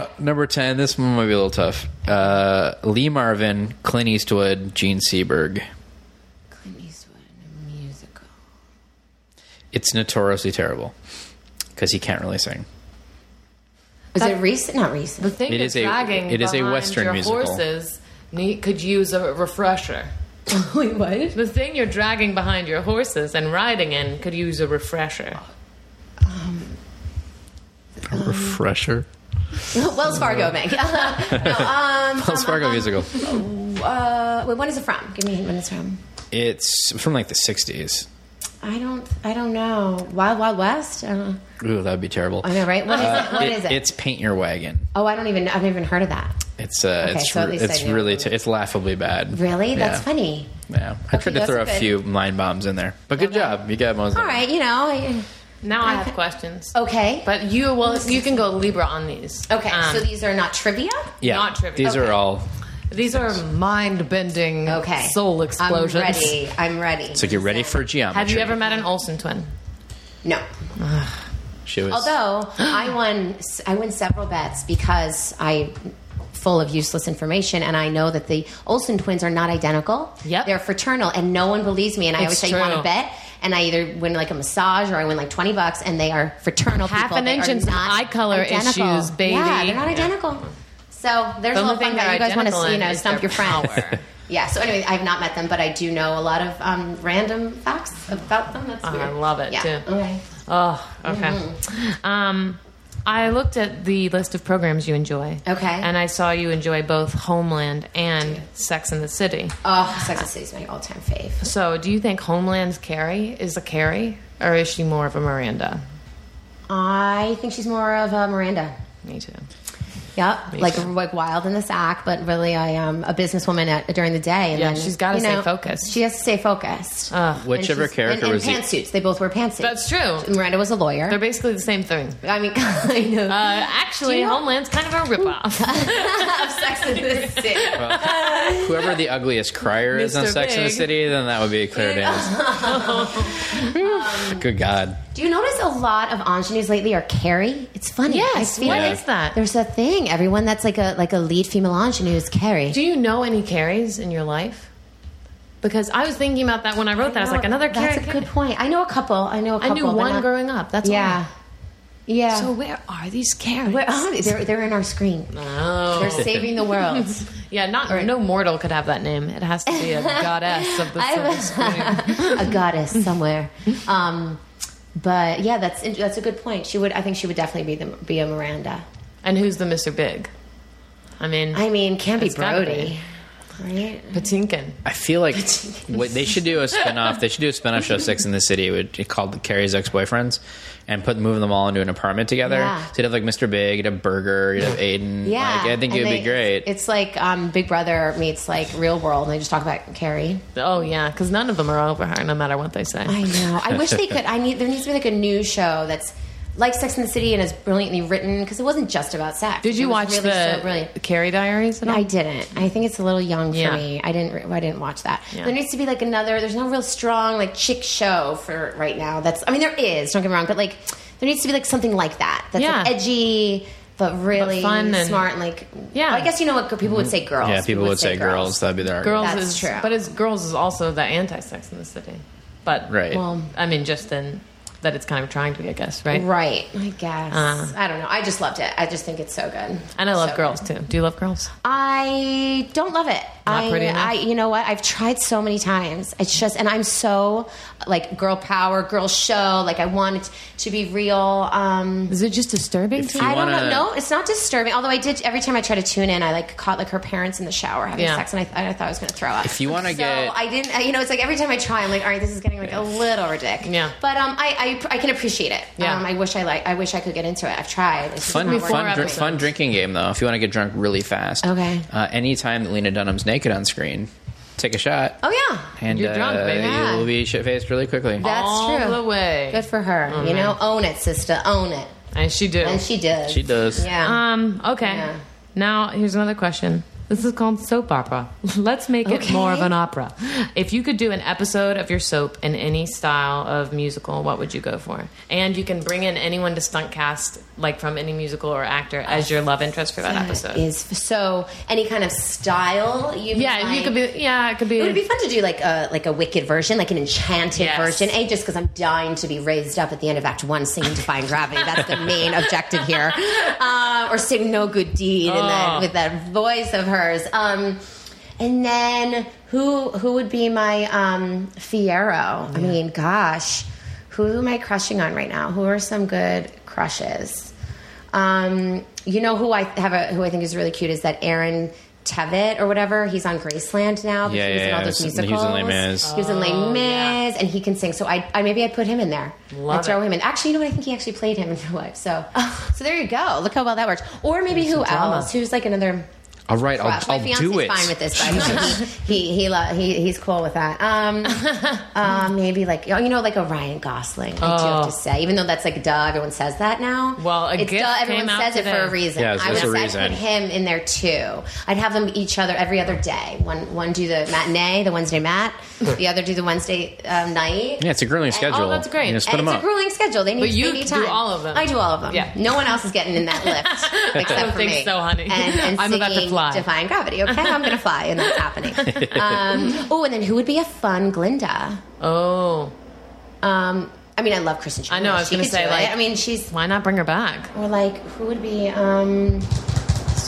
S3: uh, number 10, this one might be a little tough. Uh, Lee Marvin, Clint Eastwood, Gene Seberg.
S5: Clint Eastwood, musical.
S3: It's notoriously terrible because he can't really sing.
S5: Was it recent? Not recent.
S4: The thing
S3: It
S4: that's
S3: is a-
S4: lagging
S3: it is a
S4: behind
S3: Western
S4: your
S3: musical.
S4: horses need, could use a refresher.
S5: (laughs) Wait, what?
S4: The thing you're dragging behind your horses and riding in could use a refresher.
S3: A (laughs) refresher?
S5: (laughs) Wells Fargo, (laughs) Meg. no, um,
S3: Wells Fargo musical.
S5: uh, wait, when is it from? Give me a hint when it's from.
S3: It's from like the 60s.
S5: I don't, I don't know. Wild Wild West. I don't know.
S3: Ooh, that would be terrible.
S5: I know, right? What is it? What is it?
S3: It's Paint Your Wagon.
S5: oh, I don't even. I've never even heard of that.
S3: It's uh,
S5: Okay,
S3: it's
S5: so at
S3: re-
S5: least I
S3: it's
S5: knew.
S3: really t- it's laughably bad.
S5: Really? That's
S3: Yeah.
S5: funny.
S3: Yeah, I
S5: Okay,
S3: tried to
S5: that's
S3: throw a
S5: good.
S3: few line bombs in there, but good job, you got most
S5: All
S3: of them.
S5: right, you know. I-
S4: Now I have questions.
S5: Okay.
S4: But you will you can go Libra on these.
S5: okay.
S4: Um,
S5: so these are not trivia.
S3: Yeah,
S4: Not trivial.
S3: These
S5: Okay.
S3: are all.
S4: these are mind bending
S5: Okay.
S4: soul explosions.
S5: I'm ready. I'm ready.
S3: It's like you're ready for geometry.
S4: Have you ever met an Olsen twin?
S5: No.
S3: She was.
S5: Although I won, I win several bets because I full of useless information, and I know that the Olsen twins are not identical.
S4: Yep.
S5: they're fraternal, and no one believes me. And I
S4: It's
S5: always say, "You want
S4: true.
S5: to bet?" And I either win like a massage or I win like twenty bucks, and they are fraternal.
S4: Half
S5: people.
S4: an
S5: They
S4: inch
S5: are
S4: and some
S5: not
S4: eye color
S5: identical.
S4: issues, baby.
S5: Yeah, they're not
S4: Yeah.
S5: identical. So there's
S4: The
S5: a
S4: only
S5: little
S4: thing
S5: fun
S4: they're
S5: guy. You guys want
S4: identical
S5: to you
S4: in
S5: know
S4: is
S5: stump
S4: their
S5: your friends.
S4: power.
S5: (laughs) yeah. So anyway, I've not met them, but I do know a lot of um, random facts about them. That's
S4: Oh, I
S5: weird.
S4: love it,
S5: yeah.
S4: too.
S5: Okay.
S4: Oh, okay.
S5: Mm-hmm.
S4: Um, I looked at the list of programs you enjoy.
S5: Okay.
S4: And I saw you enjoy both Homeland and Sex in the City.
S5: Oh, Sex and the City is my all-time fave.
S4: So, do you think Homeland's Carrie is a Carrie, or is she more of a Miranda?
S5: I think she's more of a Miranda.
S4: Me too.
S5: Yep, like like wild in the sack, but really I am a businesswoman at, during the day. And
S4: Yeah,
S5: then,
S4: she's gotta
S5: you
S4: stay
S5: know,
S4: focused. Uh,
S5: She has to stay focused.
S3: Whichever
S5: And she's-
S3: character
S5: and, and
S3: was the-
S5: pantsuits. They both wear pantsuits.
S4: That's true.
S5: Miranda was a lawyer.
S4: They're basically the same thing.
S5: I mean, (laughs) I know.
S4: Uh, actually,
S5: you know-
S4: Homeland's kind of a ripoff.
S5: of Sex and the City.
S3: Whoever the ugliest crier is on
S4: Mr.
S3: Sex in the
S4: Big.
S3: City, then that would be a clear dance.
S5: (laughs)
S3: Good God.
S5: Do you notice a lot of ingenues lately are Carrie? It's funny.
S4: Yes,
S5: I feel
S4: what
S5: like
S4: is that?
S5: There's a thing. Everyone that's like a like a lead female ingenue is Carrie.
S4: do you know any Carries in your life? Because I was thinking about that when I wrote that. I was like, another Carrie.
S5: That's a good point. I know a couple. I know a
S4: I
S5: couple.
S4: knew
S5: but
S4: one
S5: not-
S4: growing up. That's
S5: Yeah. Yeah.
S4: All. So where are these Carries?
S5: Where are they? They're, they're in our screen.
S4: Oh.
S5: They're saving the (laughs) world.
S4: (laughs) Yeah, not no mortal could have that name. It has to be
S5: (laughs)
S4: a goddess of the
S5: I (laughs)
S4: silver
S5: was-
S4: screen.
S5: a (laughs) goddess somewhere. Um, but yeah, that's in- that's a good point. She would, I think, she would definitely be the, be a Miranda.
S4: And who's the Mr. Big? I mean,
S5: I mean, can't be
S4: It's gotta
S5: Brody, right?
S4: Patinkin.
S3: I feel like what they should do a spin-off. They should do a spin-off show Sex in the City would called the Carrie's ex-boyfriends and put moving them all into an apartment together.
S5: Yeah.
S3: So you'd have like Mr. Big, you'd have Burger, you'd have Aiden.
S5: Yeah,
S3: Like, I think it
S5: and
S3: would
S5: they-
S3: be great.
S5: It's, like um, Big Brother meets like Real World, and they just talk about Carrie.
S4: Oh yeah, because none of them are over her, no matter what they say.
S5: I know. I wish they could. I need. There needs to be like a new show that's like Sex in the City and is brilliantly written because it wasn't just about sex.
S4: Did you
S5: It was
S4: watch
S5: really
S4: the
S5: so brilliant.
S4: Carrie Diaries? At all?
S5: I didn't. I think it's a little young for
S4: Yeah.
S5: me. I didn't. re- I didn't watch that.
S4: Yeah.
S5: There needs to be like another. There's no real strong like chick show for right now. That's. I mean, there is. Don't get me wrong, but like there needs to be like something like that. That's like,
S4: Yeah.
S5: edgy. But really
S4: fun and-
S5: smart, and like
S4: Yeah.
S5: I guess you know what people would say, girls.
S3: yeah, people, would say girls. That'd be their argument.
S4: girls
S5: That's
S4: is
S5: true.
S4: but it's girls is also the anti-sex in the city. But
S3: Right.
S4: Well, I mean, just in that it's kind of trying to be, I guess, right?
S5: right? I guess
S4: Uh.
S5: I don't know. I just loved it. I just think it's so good.
S4: And I love
S5: So good.
S4: girls too. Do you love girls?
S5: I don't love it.
S4: Not
S5: I,
S4: pretty enough?
S5: I, you know what? I've tried so many times. It's just, and I'm so like girl power, girl show. Like I want it to be real. Um,
S4: Is it just disturbing
S3: If
S4: to
S3: you
S4: you?
S5: I don't
S3: wanna-
S5: know. No, it's not disturbing. Although I did every time I try to tune in, I like caught like her parents in the shower having
S4: Yeah.
S5: sex, and I, I thought I was going to throw up.
S3: If you wanna
S5: so
S3: get-
S5: I didn't. I- You know, it's like every time I try, I'm like, all right, this is getting like a little ridiculous.
S4: Yeah.
S5: But um, I I, I can appreciate it.
S4: Yeah.
S5: Um, I wish I like. I wish I could get into it. I've tried. It's just
S3: Fun,
S5: not
S4: Before
S3: fun,
S5: working.
S3: dr- fun drinking game though. If you want to get drunk really fast,
S5: Okay.
S3: Uh, anytime that Lena Dunham's naked on screen, take a shot,
S5: Oh yeah.
S3: and
S4: You're drunk,
S3: uh,
S4: baby.
S5: Yeah.
S3: you'll be shit faced really quickly.
S5: That's
S4: All
S5: true.
S4: the way.
S5: Good for her.
S3: Mm-hmm.
S5: you know, own it, sister. Own it.
S4: And she did.
S5: And she does.
S3: She does.
S5: Yeah.
S4: Um, okay.
S5: Yeah.
S4: Now, here's another question. This is called soap opera. (laughs) Let's make it
S5: Okay.
S4: more of an opera. If you could do an episode of your soap in any style of musical, what would you go for? And you can bring in anyone to stunt cast, like from any musical or actor, as your love interest for that episode.
S5: Is so any kind of style you
S4: yeah, you could be. Yeah, it could be.
S5: It would be fun to do like a like a wicked version, like an enchanted
S4: Yes.
S5: version. A, just because I'm dying to be raised up at the end of Act One, singing "Defying Gravity." That's the main objective here, uh, or sing "No Good Deed" and
S4: Oh.
S5: then with that voice of hers. Um, and then who who would be my um, Fiero? I mean, gosh, who am I crushing on right now? Who are some good crushes? Um, you know who I have a who I think is really cute is that Aaron Tevitt or whatever. He's on Graceland now. but
S3: Yeah,
S5: he was
S3: yeah,
S5: in
S3: yeah.
S5: all those
S3: He was in
S5: musicals.
S3: Les Mis.
S5: He was in Les
S4: Oh,
S5: Mis, and he can sing. So I, I maybe I'd put him in there.
S4: Love
S5: I'd throw
S4: it. Oh.
S5: him in. Actually, you know what? I think he actually played him in real life. So so there you go. Look how well that worked. Or maybe who
S4: drama.
S5: else? Who's like another.
S3: All right, I'll,
S5: My
S3: I'll
S5: fiance's
S3: do it.
S5: fine with this. By the way. He he he, lo- he he's cool with that.
S4: (laughs)
S5: Um, uh, maybe like you know like a Ryan Gosling. I do have
S4: Oh.
S5: to say, even though that's like duh, everyone says that now.
S4: Well, a
S5: it's
S4: gift
S5: duh, everyone
S4: came out
S5: says it
S4: today.
S5: for a reason.
S3: Yes,
S5: I
S3: there's
S5: would
S3: a
S5: say I'd
S3: reason.
S5: put him in there too. I'd have them each other every other day. One one do the matinee, the Wednesday
S3: (laughs)
S5: mat. the other do the Wednesday um, night.
S3: Yeah, it's a grueling schedule.
S4: that's great.
S3: You just
S5: And
S3: put them
S5: it's
S3: up.
S5: a grueling schedule. They need,
S4: But you
S5: they need
S4: do
S5: time.
S4: all of them.
S5: I do all of them.
S4: Yeah.
S5: No one else is getting in
S4: (laughs)
S5: that lift except
S4: don't
S5: for
S4: think
S5: me.
S4: so, honey.
S5: And,
S4: (laughs)
S5: and
S4: I'm about to
S5: singing
S4: fly.
S5: Defying gravity. Okay, I'm going to fly, and that's
S4: (laughs)
S5: happening. Um, oh, and then who would be a fun Glinda?
S4: oh,
S5: Um, I mean, I love Kristen. Chenoweth.
S4: I know, I was
S5: She
S4: gonna
S5: could
S4: say,
S5: do it.
S4: like-
S5: I mean, she's
S4: why not bring her back?
S5: or like who would be? Um,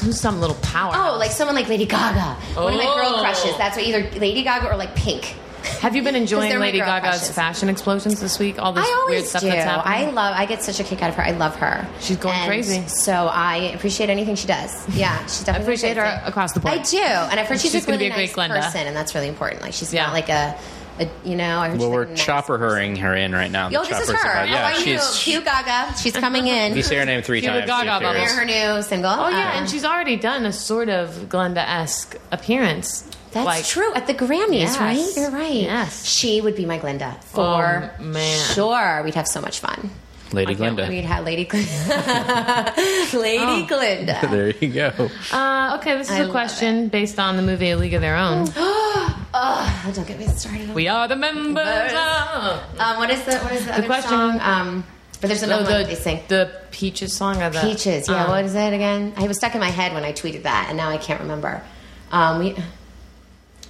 S4: Who's some little power?
S5: oh, like someone like Lady Gaga. One of my girl
S4: Oh.
S5: crushes. That's what either Lady Gaga or like Pink.
S4: Have
S5: (laughs)
S4: you been enjoying
S5: they're my
S4: Lady
S5: girl
S4: Gaga's
S5: crushes.
S4: fashion explosions this week? All this
S5: I
S4: weird
S5: always
S4: stuff
S5: do.
S4: that's happening.
S5: I love. I get such a kick out of her. I love her.
S4: She's going
S5: And
S4: crazy.
S5: So I appreciate anything she does. Yeah, she's definitely
S4: appreciate
S5: crazy.
S4: her across the board.
S5: I do, and I've heard she's,
S4: She's
S5: a
S4: gonna
S5: really
S4: be a great
S5: nice
S4: Glinda.
S5: person, and that's really important. Like she's
S4: Yeah.
S5: not like a, a you know. I heard she's
S3: Well,
S5: like
S3: we're
S5: a nice-
S3: chopper herring her in right now.
S5: Yo,
S3: The
S5: this is
S3: chopper's
S5: her.
S3: about-
S5: How
S3: yeah,
S5: about
S3: she's.
S5: you, Hugh Gaga? She's coming in.
S3: (laughs) If you say her name three
S4: She's
S3: times,
S4: Gaga
S3: she appears.
S4: bubbles.
S5: Hear her new single. Um,
S4: Oh yeah, and she's already done a sort of Glenda esque appearance.
S5: That's
S4: Like,
S5: true at the Grammys,
S4: Yes.
S5: right? You're right.
S4: Yes.
S5: she would be my Glinda for
S4: Oh, man.
S5: sure. We'd have so much fun.
S3: Lady
S5: We'd
S3: Glinda.
S5: have Lady Glinda. (laughs)
S4: Oh.
S5: Lady Glinda. (gasps)
S3: There you go.
S4: Uh, okay, this is
S5: I
S4: a
S5: love
S4: question based on the movie A League of Their Own.
S5: Oh, don't get me started.
S4: we are the members. of-
S5: Um, what is the what is the, other
S4: question-
S5: song? Um, but there's
S4: Oh,
S5: another one that they sing.
S4: the, the Peaches song or the
S5: Peaches. Yeah.
S4: um,
S5: what is that again? I was stuck in my head when I tweeted that, and now I can't remember. Um, we,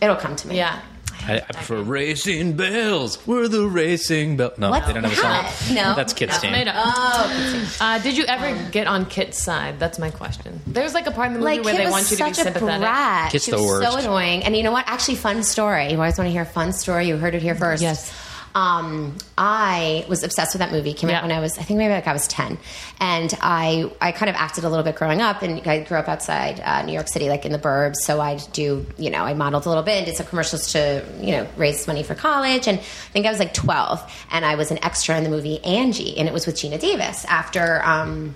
S5: it'll come to me.
S4: Yeah.
S3: I, I prefer racing bells. We're the racing bell. No,
S5: What's
S3: they don't have a song.
S5: that? No.
S3: that's Kid's
S4: That's
S3: team.
S4: made up.
S5: Oh,
S4: Uh, did you ever get on Kit's side? That's my question. There's like a part in the movie
S5: like
S4: where
S5: Kit
S4: they
S5: was
S4: want you to be
S5: such a
S4: sympathetic.
S5: brat.
S3: Kit's
S5: she
S3: the
S5: was So
S3: worst.
S5: annoying. And you know what? Actually, fun story. You always want to hear a fun story. You heard it here first.
S4: Yes.
S5: Um, I was obsessed with that movie. It Came
S4: Yeah.
S5: out when I was, I think maybe like I was ten, and I I kind of acted a little bit growing up, and I grew up outside uh, New York City, like in the burbs. So I'd do, you know, I modeled a little bit and did some commercials to, you know, raise money for college. And I think I was like twelve, and I was an extra in the movie Angie, and it was with Gina Davis after. Um,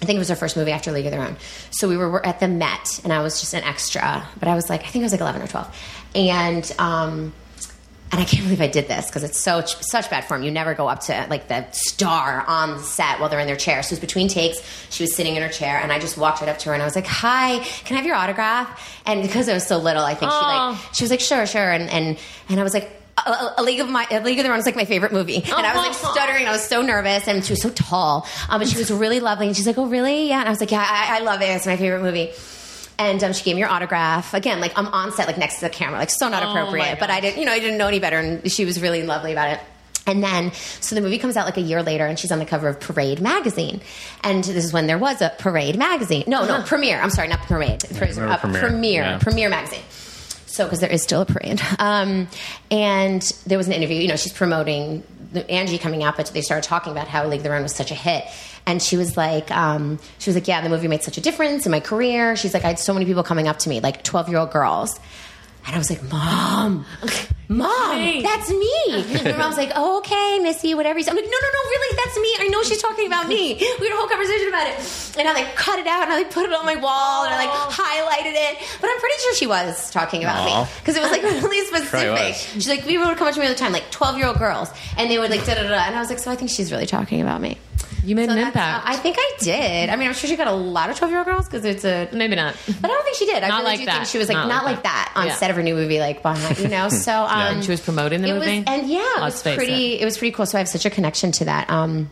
S5: I think it was her first movie after League of Their Own. So we were, were at the Met, and I was just an extra, but I was like, I think I was like 11 or 12. And, um, and I can't believe I did this because it's so such bad form. You never go up to like the star on the set while they're in their chair. So it was between takes. She was sitting in her chair, and I just walked right up to her and I was like, "Hi, can I have your autograph?" And because I was so little, I think she
S4: Aw.
S5: like she was like, "Sure, sure," and and and I was like. A, a- a League of My A League of Their Own is like my favorite movie, and I was like
S4: Aw.
S5: stuttering. I was so nervous, and she was so tall, um, but she was really lovely. And she's like, "Oh, really? Yeah." And I was like, "Yeah, I, I love it. It's my favorite movie." And um, she gave me your autograph again. Like I'm on set, like next to the camera, like so not
S4: Oh, my
S5: appropriate. But I
S4: gosh.
S5: didn't, you know, I didn't know any better, and she was really lovely about it. And then, so the movie comes out like a year later, and she's on the cover of Parade magazine. And this is when there was a
S4: Uh-huh.
S5: Parade magazine. No, no, Premiere. I'm sorry, not Parade. Premiere,
S3: remember
S5: uh,
S3: Premiere,
S5: Premiere,
S3: yeah.
S5: Premiere magazine. So, because there is still a parade. (laughs) Um, and there was an interview, you know, she's promoting the- Angie coming out, but they started talking about how League of Their Own was such a hit. And she was like, um, she was like, yeah, the movie made such a difference in my career. She's like, I had so many people coming up to me, like 12 year old girls. And I was like, Mom, Mom,
S4: Me.
S5: that's me. And my mom's like, oh, okay, Missy, whatever. you say." I'm like, no, no, no, really, that's me. I know she's talking about me. We had a whole conversation about it. And I like cut it out and I like put it on my wall and I like highlighted it. But I'm pretty sure she was talking about
S3: Aw.
S5: me. Because it was like really
S3: (laughs)
S5: specific.
S3: was.
S5: She's like, people would come up to me all the time, like 12 year old girls. And they would like, da da da. And I was like, so I think she's really talking about me.
S4: You made
S5: So
S4: an
S5: that's-
S4: impact.
S5: I think I did. I mean, I'm sure she got a lot of 12 year old girls because it's a
S4: Maybe not.
S5: but I don't think she did. I
S4: Not
S5: really
S4: like
S5: do
S4: that.
S5: think she was like not, like that, on
S4: Yeah.
S5: set of her new movie, like behind,
S4: (laughs)
S5: you know. So um,
S4: And she was promoting the
S5: it
S4: movie?
S5: was, and yeah, it
S4: Let's
S5: was
S4: face
S5: pretty. It. was pretty cool. So I have such a connection to that. Um,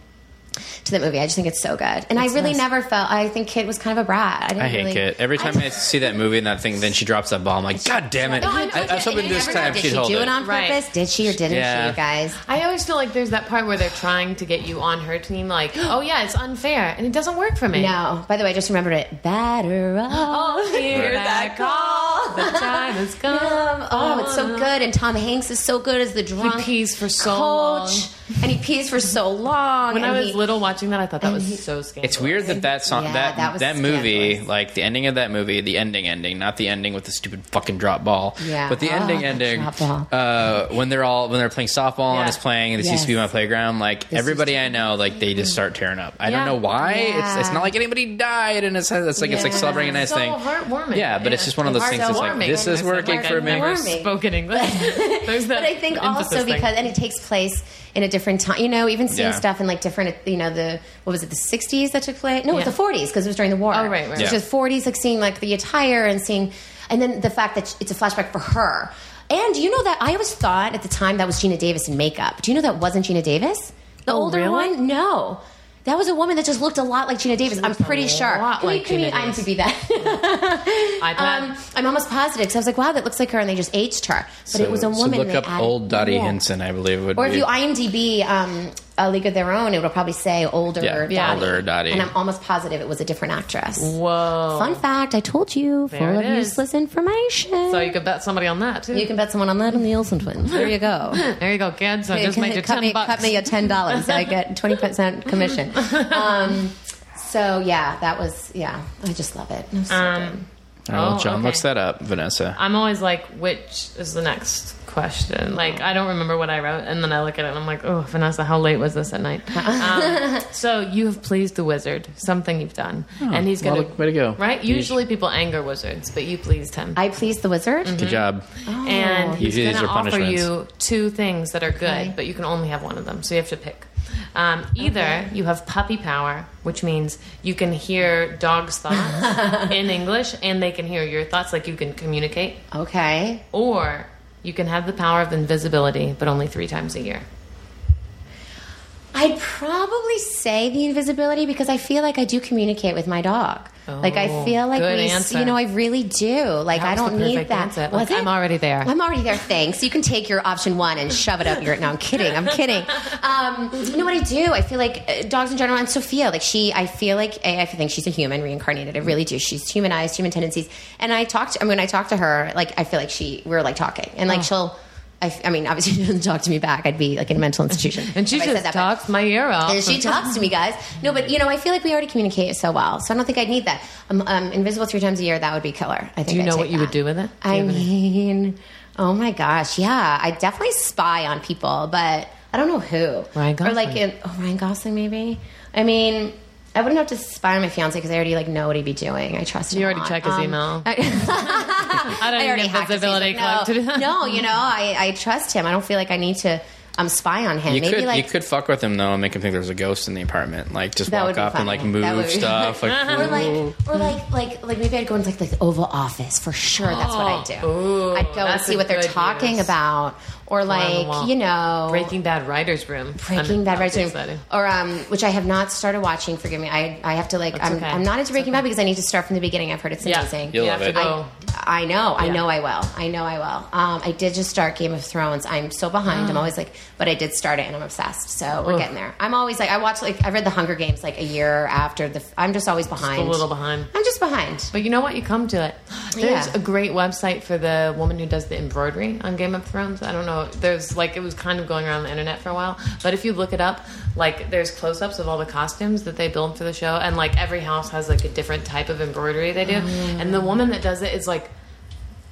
S5: to that movie, I just think it's so good, and I really
S4: nice.
S5: never felt. I think Kit was kind of a brat. I, didn't
S3: I hate
S5: really,
S3: Kit. Every time I, see that movie and that thing, then she drops that ball. I'm like, God damn it!
S5: No, I, know,
S3: I, I was hoping
S5: you
S3: this
S5: never know.
S3: time
S5: Did
S3: she'd
S5: she
S3: hold
S5: do it,
S3: it.
S5: on
S4: Right.
S5: purpose? Did she or didn't
S3: Yeah.
S5: she? You guys,
S4: I always feel like there's that part where they're trying to get you on her team,
S5: (gasps)
S4: like, oh yeah, it's unfair, and it doesn't work for me.
S5: no. By the way, I just remembered it. Batter up.
S4: Oh, hear that
S5: that
S4: call. (laughs)
S5: call.
S4: The time has come.
S5: (laughs) Oh, it's so good, and Tom Hanks is so good as the drunk
S4: pees for so
S5: coach, and he pees for so long.
S4: When I
S5: and
S4: was
S5: he-
S4: little watching that, I thought that was so scary.
S3: It's weird that that song,
S5: Yeah,
S3: that
S5: that was
S3: that, movie,
S5: scandalous.
S3: like the ending of that movie, the ending ending, not the ending with the stupid fucking drop ball,
S5: Yeah.
S3: but the
S5: Oh,
S3: ending
S5: that
S3: ending,
S5: drop ball.
S3: uh, when they're all when they're playing softball
S4: Yeah.
S3: and it's playing. This used to be
S5: Yes.
S3: my playground. Like everybody I know, like they just start tearing up. I
S4: Yeah.
S3: don't know why. It's it's
S5: Yeah.
S3: not like anybody died, and it's it's like it's like
S5: Yeah.
S3: celebrating a nice
S4: so
S3: thing.
S4: heartwarming.
S3: Yeah, but it's just one of those things that's like,
S4: Heartwarming.
S3: this is
S4: It's
S3: working
S4: like
S3: for
S4: I've
S3: me.
S4: never
S5: Warming.
S4: spoken
S5: (laughs)
S4: English. There's that
S5: But I think
S4: emphasis
S5: also
S4: thing.
S5: because and it takes place in a different time. You know, even seeing
S3: Yeah.
S5: stuff in like different, you know, the what was it, the '60s that took place? No, it
S4: Yeah.
S5: was the '40s because it was during the war.
S4: Oh, right, right,
S5: So
S3: right.
S5: It was the '40s, like seeing like the attire and seeing, and then the fact that it's a flashback for her. And do you know that I always thought at the time that was Gina Davis in makeup. Do you know that wasn't Gina Davis? The
S4: Oh,
S5: older
S4: really?
S5: one? No. That was a woman that just looked a lot like Gina Davis. I'm
S4: looked a
S5: pretty sure.
S4: lot
S5: Can you-
S4: like
S5: can
S4: Gina
S5: you
S4: Davis.
S5: IMDb that? (laughs)
S4: iPad.
S5: Um, I'm almost positive because I was like, wow, that looks like her, and they just aged her. But it was a woman.
S3: So look
S5: they
S3: up
S5: added-
S3: old Dottie
S5: Yeah.
S3: Henson, I believe would
S5: Or if
S3: be. Oh,
S5: you IMDb um, A League of Their Own, it'll probably say older
S3: Yeah,
S5: Dottie.
S3: yeah. older Dottie.
S5: And I'm almost positive it was a different actress.
S4: Whoa.
S5: Fun fact, I told you,
S4: There
S5: full
S4: it
S5: of
S4: is.
S5: useless information.
S4: So you could bet somebody on that too.
S5: You can bet someone on that on the Olsen twins. There
S4: (laughs)
S5: you go.
S4: there you go, kids. I
S5: Hey,
S4: just
S5: cut-
S4: made you
S5: cut
S4: ten
S5: me,
S4: bucks.
S5: Cut me your ten dollars. I get twenty
S4: (laughs)
S5: percent commission. Um, so yeah, that was yeah. I just love it. It was so
S4: Um,
S5: good.
S3: oh,
S4: Oh,
S3: well, John
S4: okay.
S3: looks that up, Vanessa.
S4: I'm always like, which is the next question? Like, I don't remember what I wrote, and then I look at it and I'm like, oh, Vanessa, how late was this at
S5: (laughs)
S4: night? Um, so you have pleased the wizard, something you've done, and he's
S3: well,
S4: gonna
S3: Oh, way to go.
S4: right?
S3: Huge.
S4: Usually people anger wizards, but you pleased him,
S5: I pleased the wizard.
S3: Good job.
S4: mm-hmm.
S5: Oh.
S4: and he's
S3: Usually these
S4: gonna
S3: are
S4: offer
S3: punishments.
S4: you two things that are good,
S5: Okay.
S4: but you can only have one of them, so you have to pick. Um, either you have puppy power, which means you can hear dogs' (laughs) thoughts in English, and they can hear your thoughts, like you can communicate.
S5: Oh, Okay.
S4: Or you can have the power of invisibility, but only three times a year.
S5: I'd probably say the invisibility because I feel like I do communicate with my dog. like I
S4: Oh,
S5: feel like
S4: good
S5: we,
S4: answer.
S5: you know, I really do. Like
S4: That
S5: I
S4: was the
S5: don't need
S4: perfect
S5: that.
S4: answer. Like,
S5: Was
S4: I'm
S5: it?
S4: already there.
S5: I'm already there. Thanks. You can take your option one and shove it up your. No, I'm kidding. I'm kidding. Um, you know what I do? I feel like uh, dogs in general and Sophia. Like she, I feel like I, I think she's a human reincarnated. I really do. She's humanized, human tendencies. And I talked. To, I mean, when I talk to her, like I feel like she. We're like talking, and
S4: Oh.
S5: like she'll. I, f- I mean, obviously, (laughs) she doesn't talk to me back. I'd be like in
S4: (laughs)
S5: a mental institution.
S4: And she
S5: if I said
S4: just
S5: that, but-
S4: talks my ear off.
S5: and she talks to me, guys. No, but you know, I feel like we already communicate so well, so I don't think I'd need that. Um, um, invisible three times a year, that would be killer. I think.
S4: you
S5: I'd
S4: know
S5: take
S4: what you would
S5: that.
S4: do with it? Do you
S5: I
S4: have any-
S5: mean, oh my gosh, yeah, I definitely spy on people, but I don't know who.
S4: Ryan Gosling.
S5: Or like in, oh, Ryan Gosling, maybe. I mean. I wouldn't have to spy on my fiance because I already like know what he'd be doing. I trust him.
S4: You
S5: a
S4: already
S5: lot.
S4: check his
S5: Um,
S4: email.
S5: (laughs) I,
S4: I don't
S5: already
S4: need
S5: hacked his
S4: invisibility
S5: email. no,
S4: cloak to do that.
S5: no, you know, I, I trust him. I don't feel like I need to um, spy on him.
S3: You
S5: Maybe
S3: could
S5: like
S3: you could fuck with him though and make him think there's a ghost in the apartment. Like just
S5: That would
S3: walk up
S5: be
S3: and like
S5: funny. That would
S3: move
S5: be-
S3: stuff. Like,
S5: (laughs) Or like, or like, like, like maybe I'd go into like the Oval Office for sure. That's what I'd do. I'd go and
S4: Oh. that's
S5: see
S4: a
S5: what they're
S4: good
S5: talking
S4: use.
S5: about, or
S4: the
S5: like
S4: wall.
S5: you know,
S4: (laughs) Breaking Bad writer's room.
S5: Breaking Bad, right?
S4: That's
S5: so-
S4: exciting.
S5: Or um, which I have not started watching. Forgive me. I I have to like. I'm,
S4: okay.
S5: I'm not into Breaking Bad because I need to start from the beginning. I've heard it's
S4: Yeah,
S5: amazing.
S3: You'll
S4: you
S3: love
S4: have to
S3: it.
S4: go.
S5: I know, I
S4: Yeah. Oh.
S5: know I will. I know I will. Um, I did just start Game of Thrones. I'm so behind. I'm always like, But I did start it, and I'm obsessed. So we're getting there. I'm always like, I watch like I read The Hunger Games like a year after the. I'm just always behind.
S4: a little behind.
S5: I'm just behind.
S4: But you know what? You come to it.
S5: (gasps)
S4: There's
S5: Yeah.
S4: a great website for the woman who does the embroidery on Game of Thrones. I don't know. There's like it was kind of going around the internet for a while, but if you look it up, like there's close-ups of all the costumes that they build for the show, and like every house has like a different type of embroidery they do,
S5: Mm.
S4: and the woman that does it is like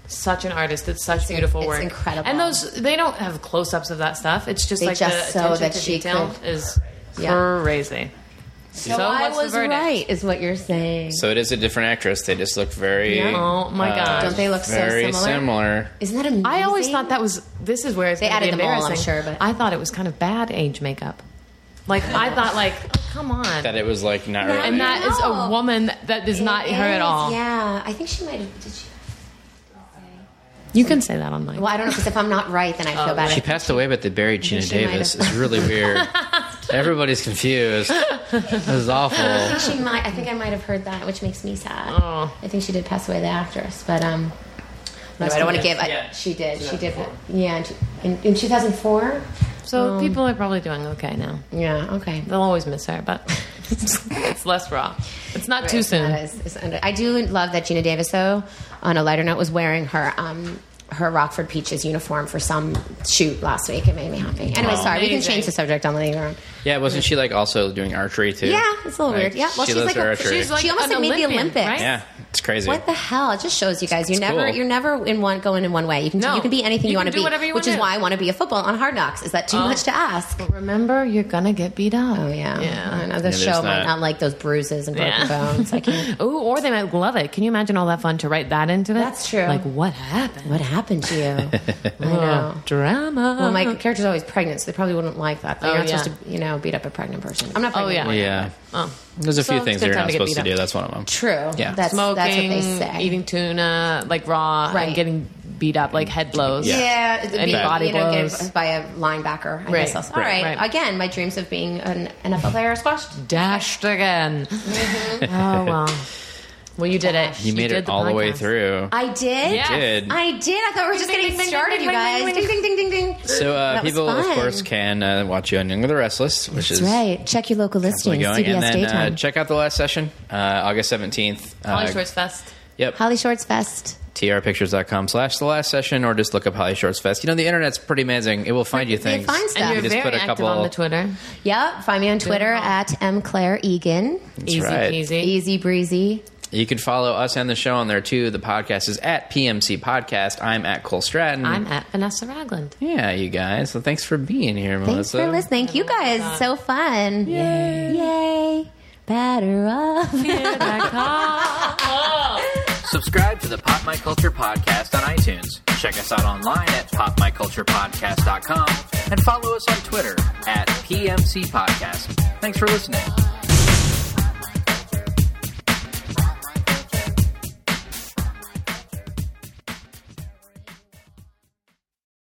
S4: such an artist. It's such beautiful
S5: it's
S4: work.
S5: incredible.
S4: And those they don't have close-ups of that stuff. It's just
S5: They
S4: like the
S5: just so
S4: attention
S5: that
S4: to
S5: she
S4: detail
S5: could-
S4: is
S5: Yeah.
S4: crazy.
S5: So,
S4: So
S5: I
S4: what's the
S5: was
S4: verdict?
S5: right, is what you're saying.
S3: So it is a different actress. They just look very. uh,
S5: Yeah.
S4: Oh my god!
S5: Don't they look so
S3: very
S5: similar?
S3: similar.
S5: Isn't that amazing?
S4: I always thought that was. This is where it's
S5: They
S4: gonna be
S5: added them all, I'm
S4: embarrassing.
S5: sure, but-
S4: I thought it was kind of bad age makeup. Like I thought, like oh, come on,
S3: That it was like not
S5: (laughs)
S3: really.
S4: and that is
S5: No.
S4: a woman that is
S5: It
S4: not her at
S5: is,
S4: all.
S5: Yeah, I think she might have. Did she?
S4: You can say that on mine.
S5: Well, I don't know because if I'm not right, then I feel bad.
S3: she passed away, but they buried Gina
S5: she might
S3: Davis.
S5: have-
S3: It's really
S5: (laughs)
S3: weird. Everybody's confused. This is awful.
S5: She might. I think I might have heard that, which makes me sad.
S4: Oh.
S5: I think she did pass away, the actress, but um, no, I don't want to give. I,
S3: Yeah.
S5: She did. She did. Yeah, and she- in, in 2004. Um,
S4: So people are probably doing okay now.
S5: Yeah. Okay.
S4: They'll always miss her, but (laughs) it's less raw. It's not too
S5: It's
S4: soon.
S5: not as- it's under- I do love that Gina Davis, though, on a lighter note, was wearing her um, her Rockford Peaches uniform for some shoot last week. It made me happy. Anyway, sorry, we can
S4: Amazing.
S5: change the subject on the later on.
S3: Yeah, wasn't she like also doing archery too?
S5: Yeah, it's a little
S3: Like,
S5: weird. Yeah, well,
S3: she
S5: she's
S3: loves
S5: like
S3: her
S5: a-
S3: archery.
S4: she's like-
S5: she almost
S4: an
S5: like made the
S4: Olympian,
S5: Olympics.
S4: right?
S3: yeah, it's crazy.
S5: What the hell? It just shows you guys you're never
S3: cool.
S5: you're never in one going in one way. You can
S4: No.
S5: you can be anything
S4: You
S5: you,
S4: can
S5: want to
S4: do
S5: be,
S4: whatever you
S5: which
S4: wanna
S5: is
S4: do.
S5: why I want to be a football on Hard Knocks. Is that too much to ask?
S4: Remember, you're gonna get beat up.
S5: Oh yeah, I
S4: yeah.
S5: know the
S3: there's
S5: show
S3: that.
S5: might not like those bruises and broken
S4: Yeah.
S5: bones.
S4: (laughs)
S5: I can't.
S4: Ooh, or they might love it. Can you imagine all that fun to write that into it?
S5: That's true.
S4: Like what happened?
S5: What happened
S3: (laughs)
S5: to you? I know.
S4: Drama.
S5: Well, (laughs) my character's always pregnant, so they probably wouldn't like that. Like,
S4: Oh,
S5: you're not
S4: yeah.
S5: supposed to, you know, beat up a pregnant person. I'm not
S4: Oh,
S5: pregnant.
S4: yeah.
S5: anymore.
S3: yeah,
S4: oh.
S3: there's a
S4: So
S3: few
S4: it's
S3: things that
S4: a good
S3: you're
S4: time
S3: not
S4: to get
S3: supposed to
S4: beat
S3: do.
S4: up.
S3: That's one of them.
S5: True.
S3: Yeah.
S5: That's,
S4: smoking,
S5: that's what they say.
S4: eating tuna like raw, and
S5: Right.
S4: getting beat up like head blows.
S5: yeah, it'd
S4: And
S5: be,
S4: body
S5: you know, get
S4: blows.
S5: by a linebacker. I
S4: Right.
S5: guess. All
S4: Right.
S5: right.
S4: Right.
S5: Again, my dreams of being an NFL player are squashed.
S4: dashed again.
S5: Mm-hmm.
S4: Oh well, well you did it.
S3: You made
S4: did
S3: it all the way
S4: podcast.
S3: through.
S5: I did.
S4: Yeah.
S3: Did.
S5: I did. I thought we were just
S4: Ding,
S5: getting
S4: ding, ding,
S5: started,
S4: ding,
S5: you
S4: ding,
S5: guys.
S4: ding, ding,
S5: Ding, ding, ding, ding, ding. (laughs)
S3: so uh,
S5: That was
S3: people, of
S5: fun.
S3: course, can uh, watch you on Young and the Restless, which
S5: That's
S3: is
S5: right. Check your local
S3: really
S5: listings.
S3: going.
S5: CBS
S3: and then
S5: Daytime.
S3: uh, check out the last session, uh, August 17th. Uh,
S4: Holly Shorts Fest.
S3: Yep.
S5: Holly Shorts Fest.
S3: trpictures.com slash the last session or just look up Holly Shorts Fest. You know, the internet's pretty amazing. It will find you things.
S5: finds
S4: And
S5: Yeah.
S4: you're
S5: We
S3: just
S4: very
S3: put a
S4: active
S3: couple-
S4: on the Twitter.
S5: Yep. Find me on Twitter
S4: Yeah.
S5: at mclaireegan.
S3: That's
S4: Easy
S3: right.
S4: peasy.
S5: Easy breezy.
S3: You can follow us and the show on there too. The podcast is at PMC Podcast. I'm at Cole Stratton.
S4: I'm at Vanessa Ragland.
S3: yeah, you guys. So thanks for being here,
S5: Thanks
S3: Melissa.
S5: for listening. You guys, so fun. Yay. Yay. Batter up.
S2: Subscribe to the Pop My Culture Podcast on iTunes. Check us out online at popmyculturepodcast.com and follow us on Twitter at PMC Podcast. Thanks for listening.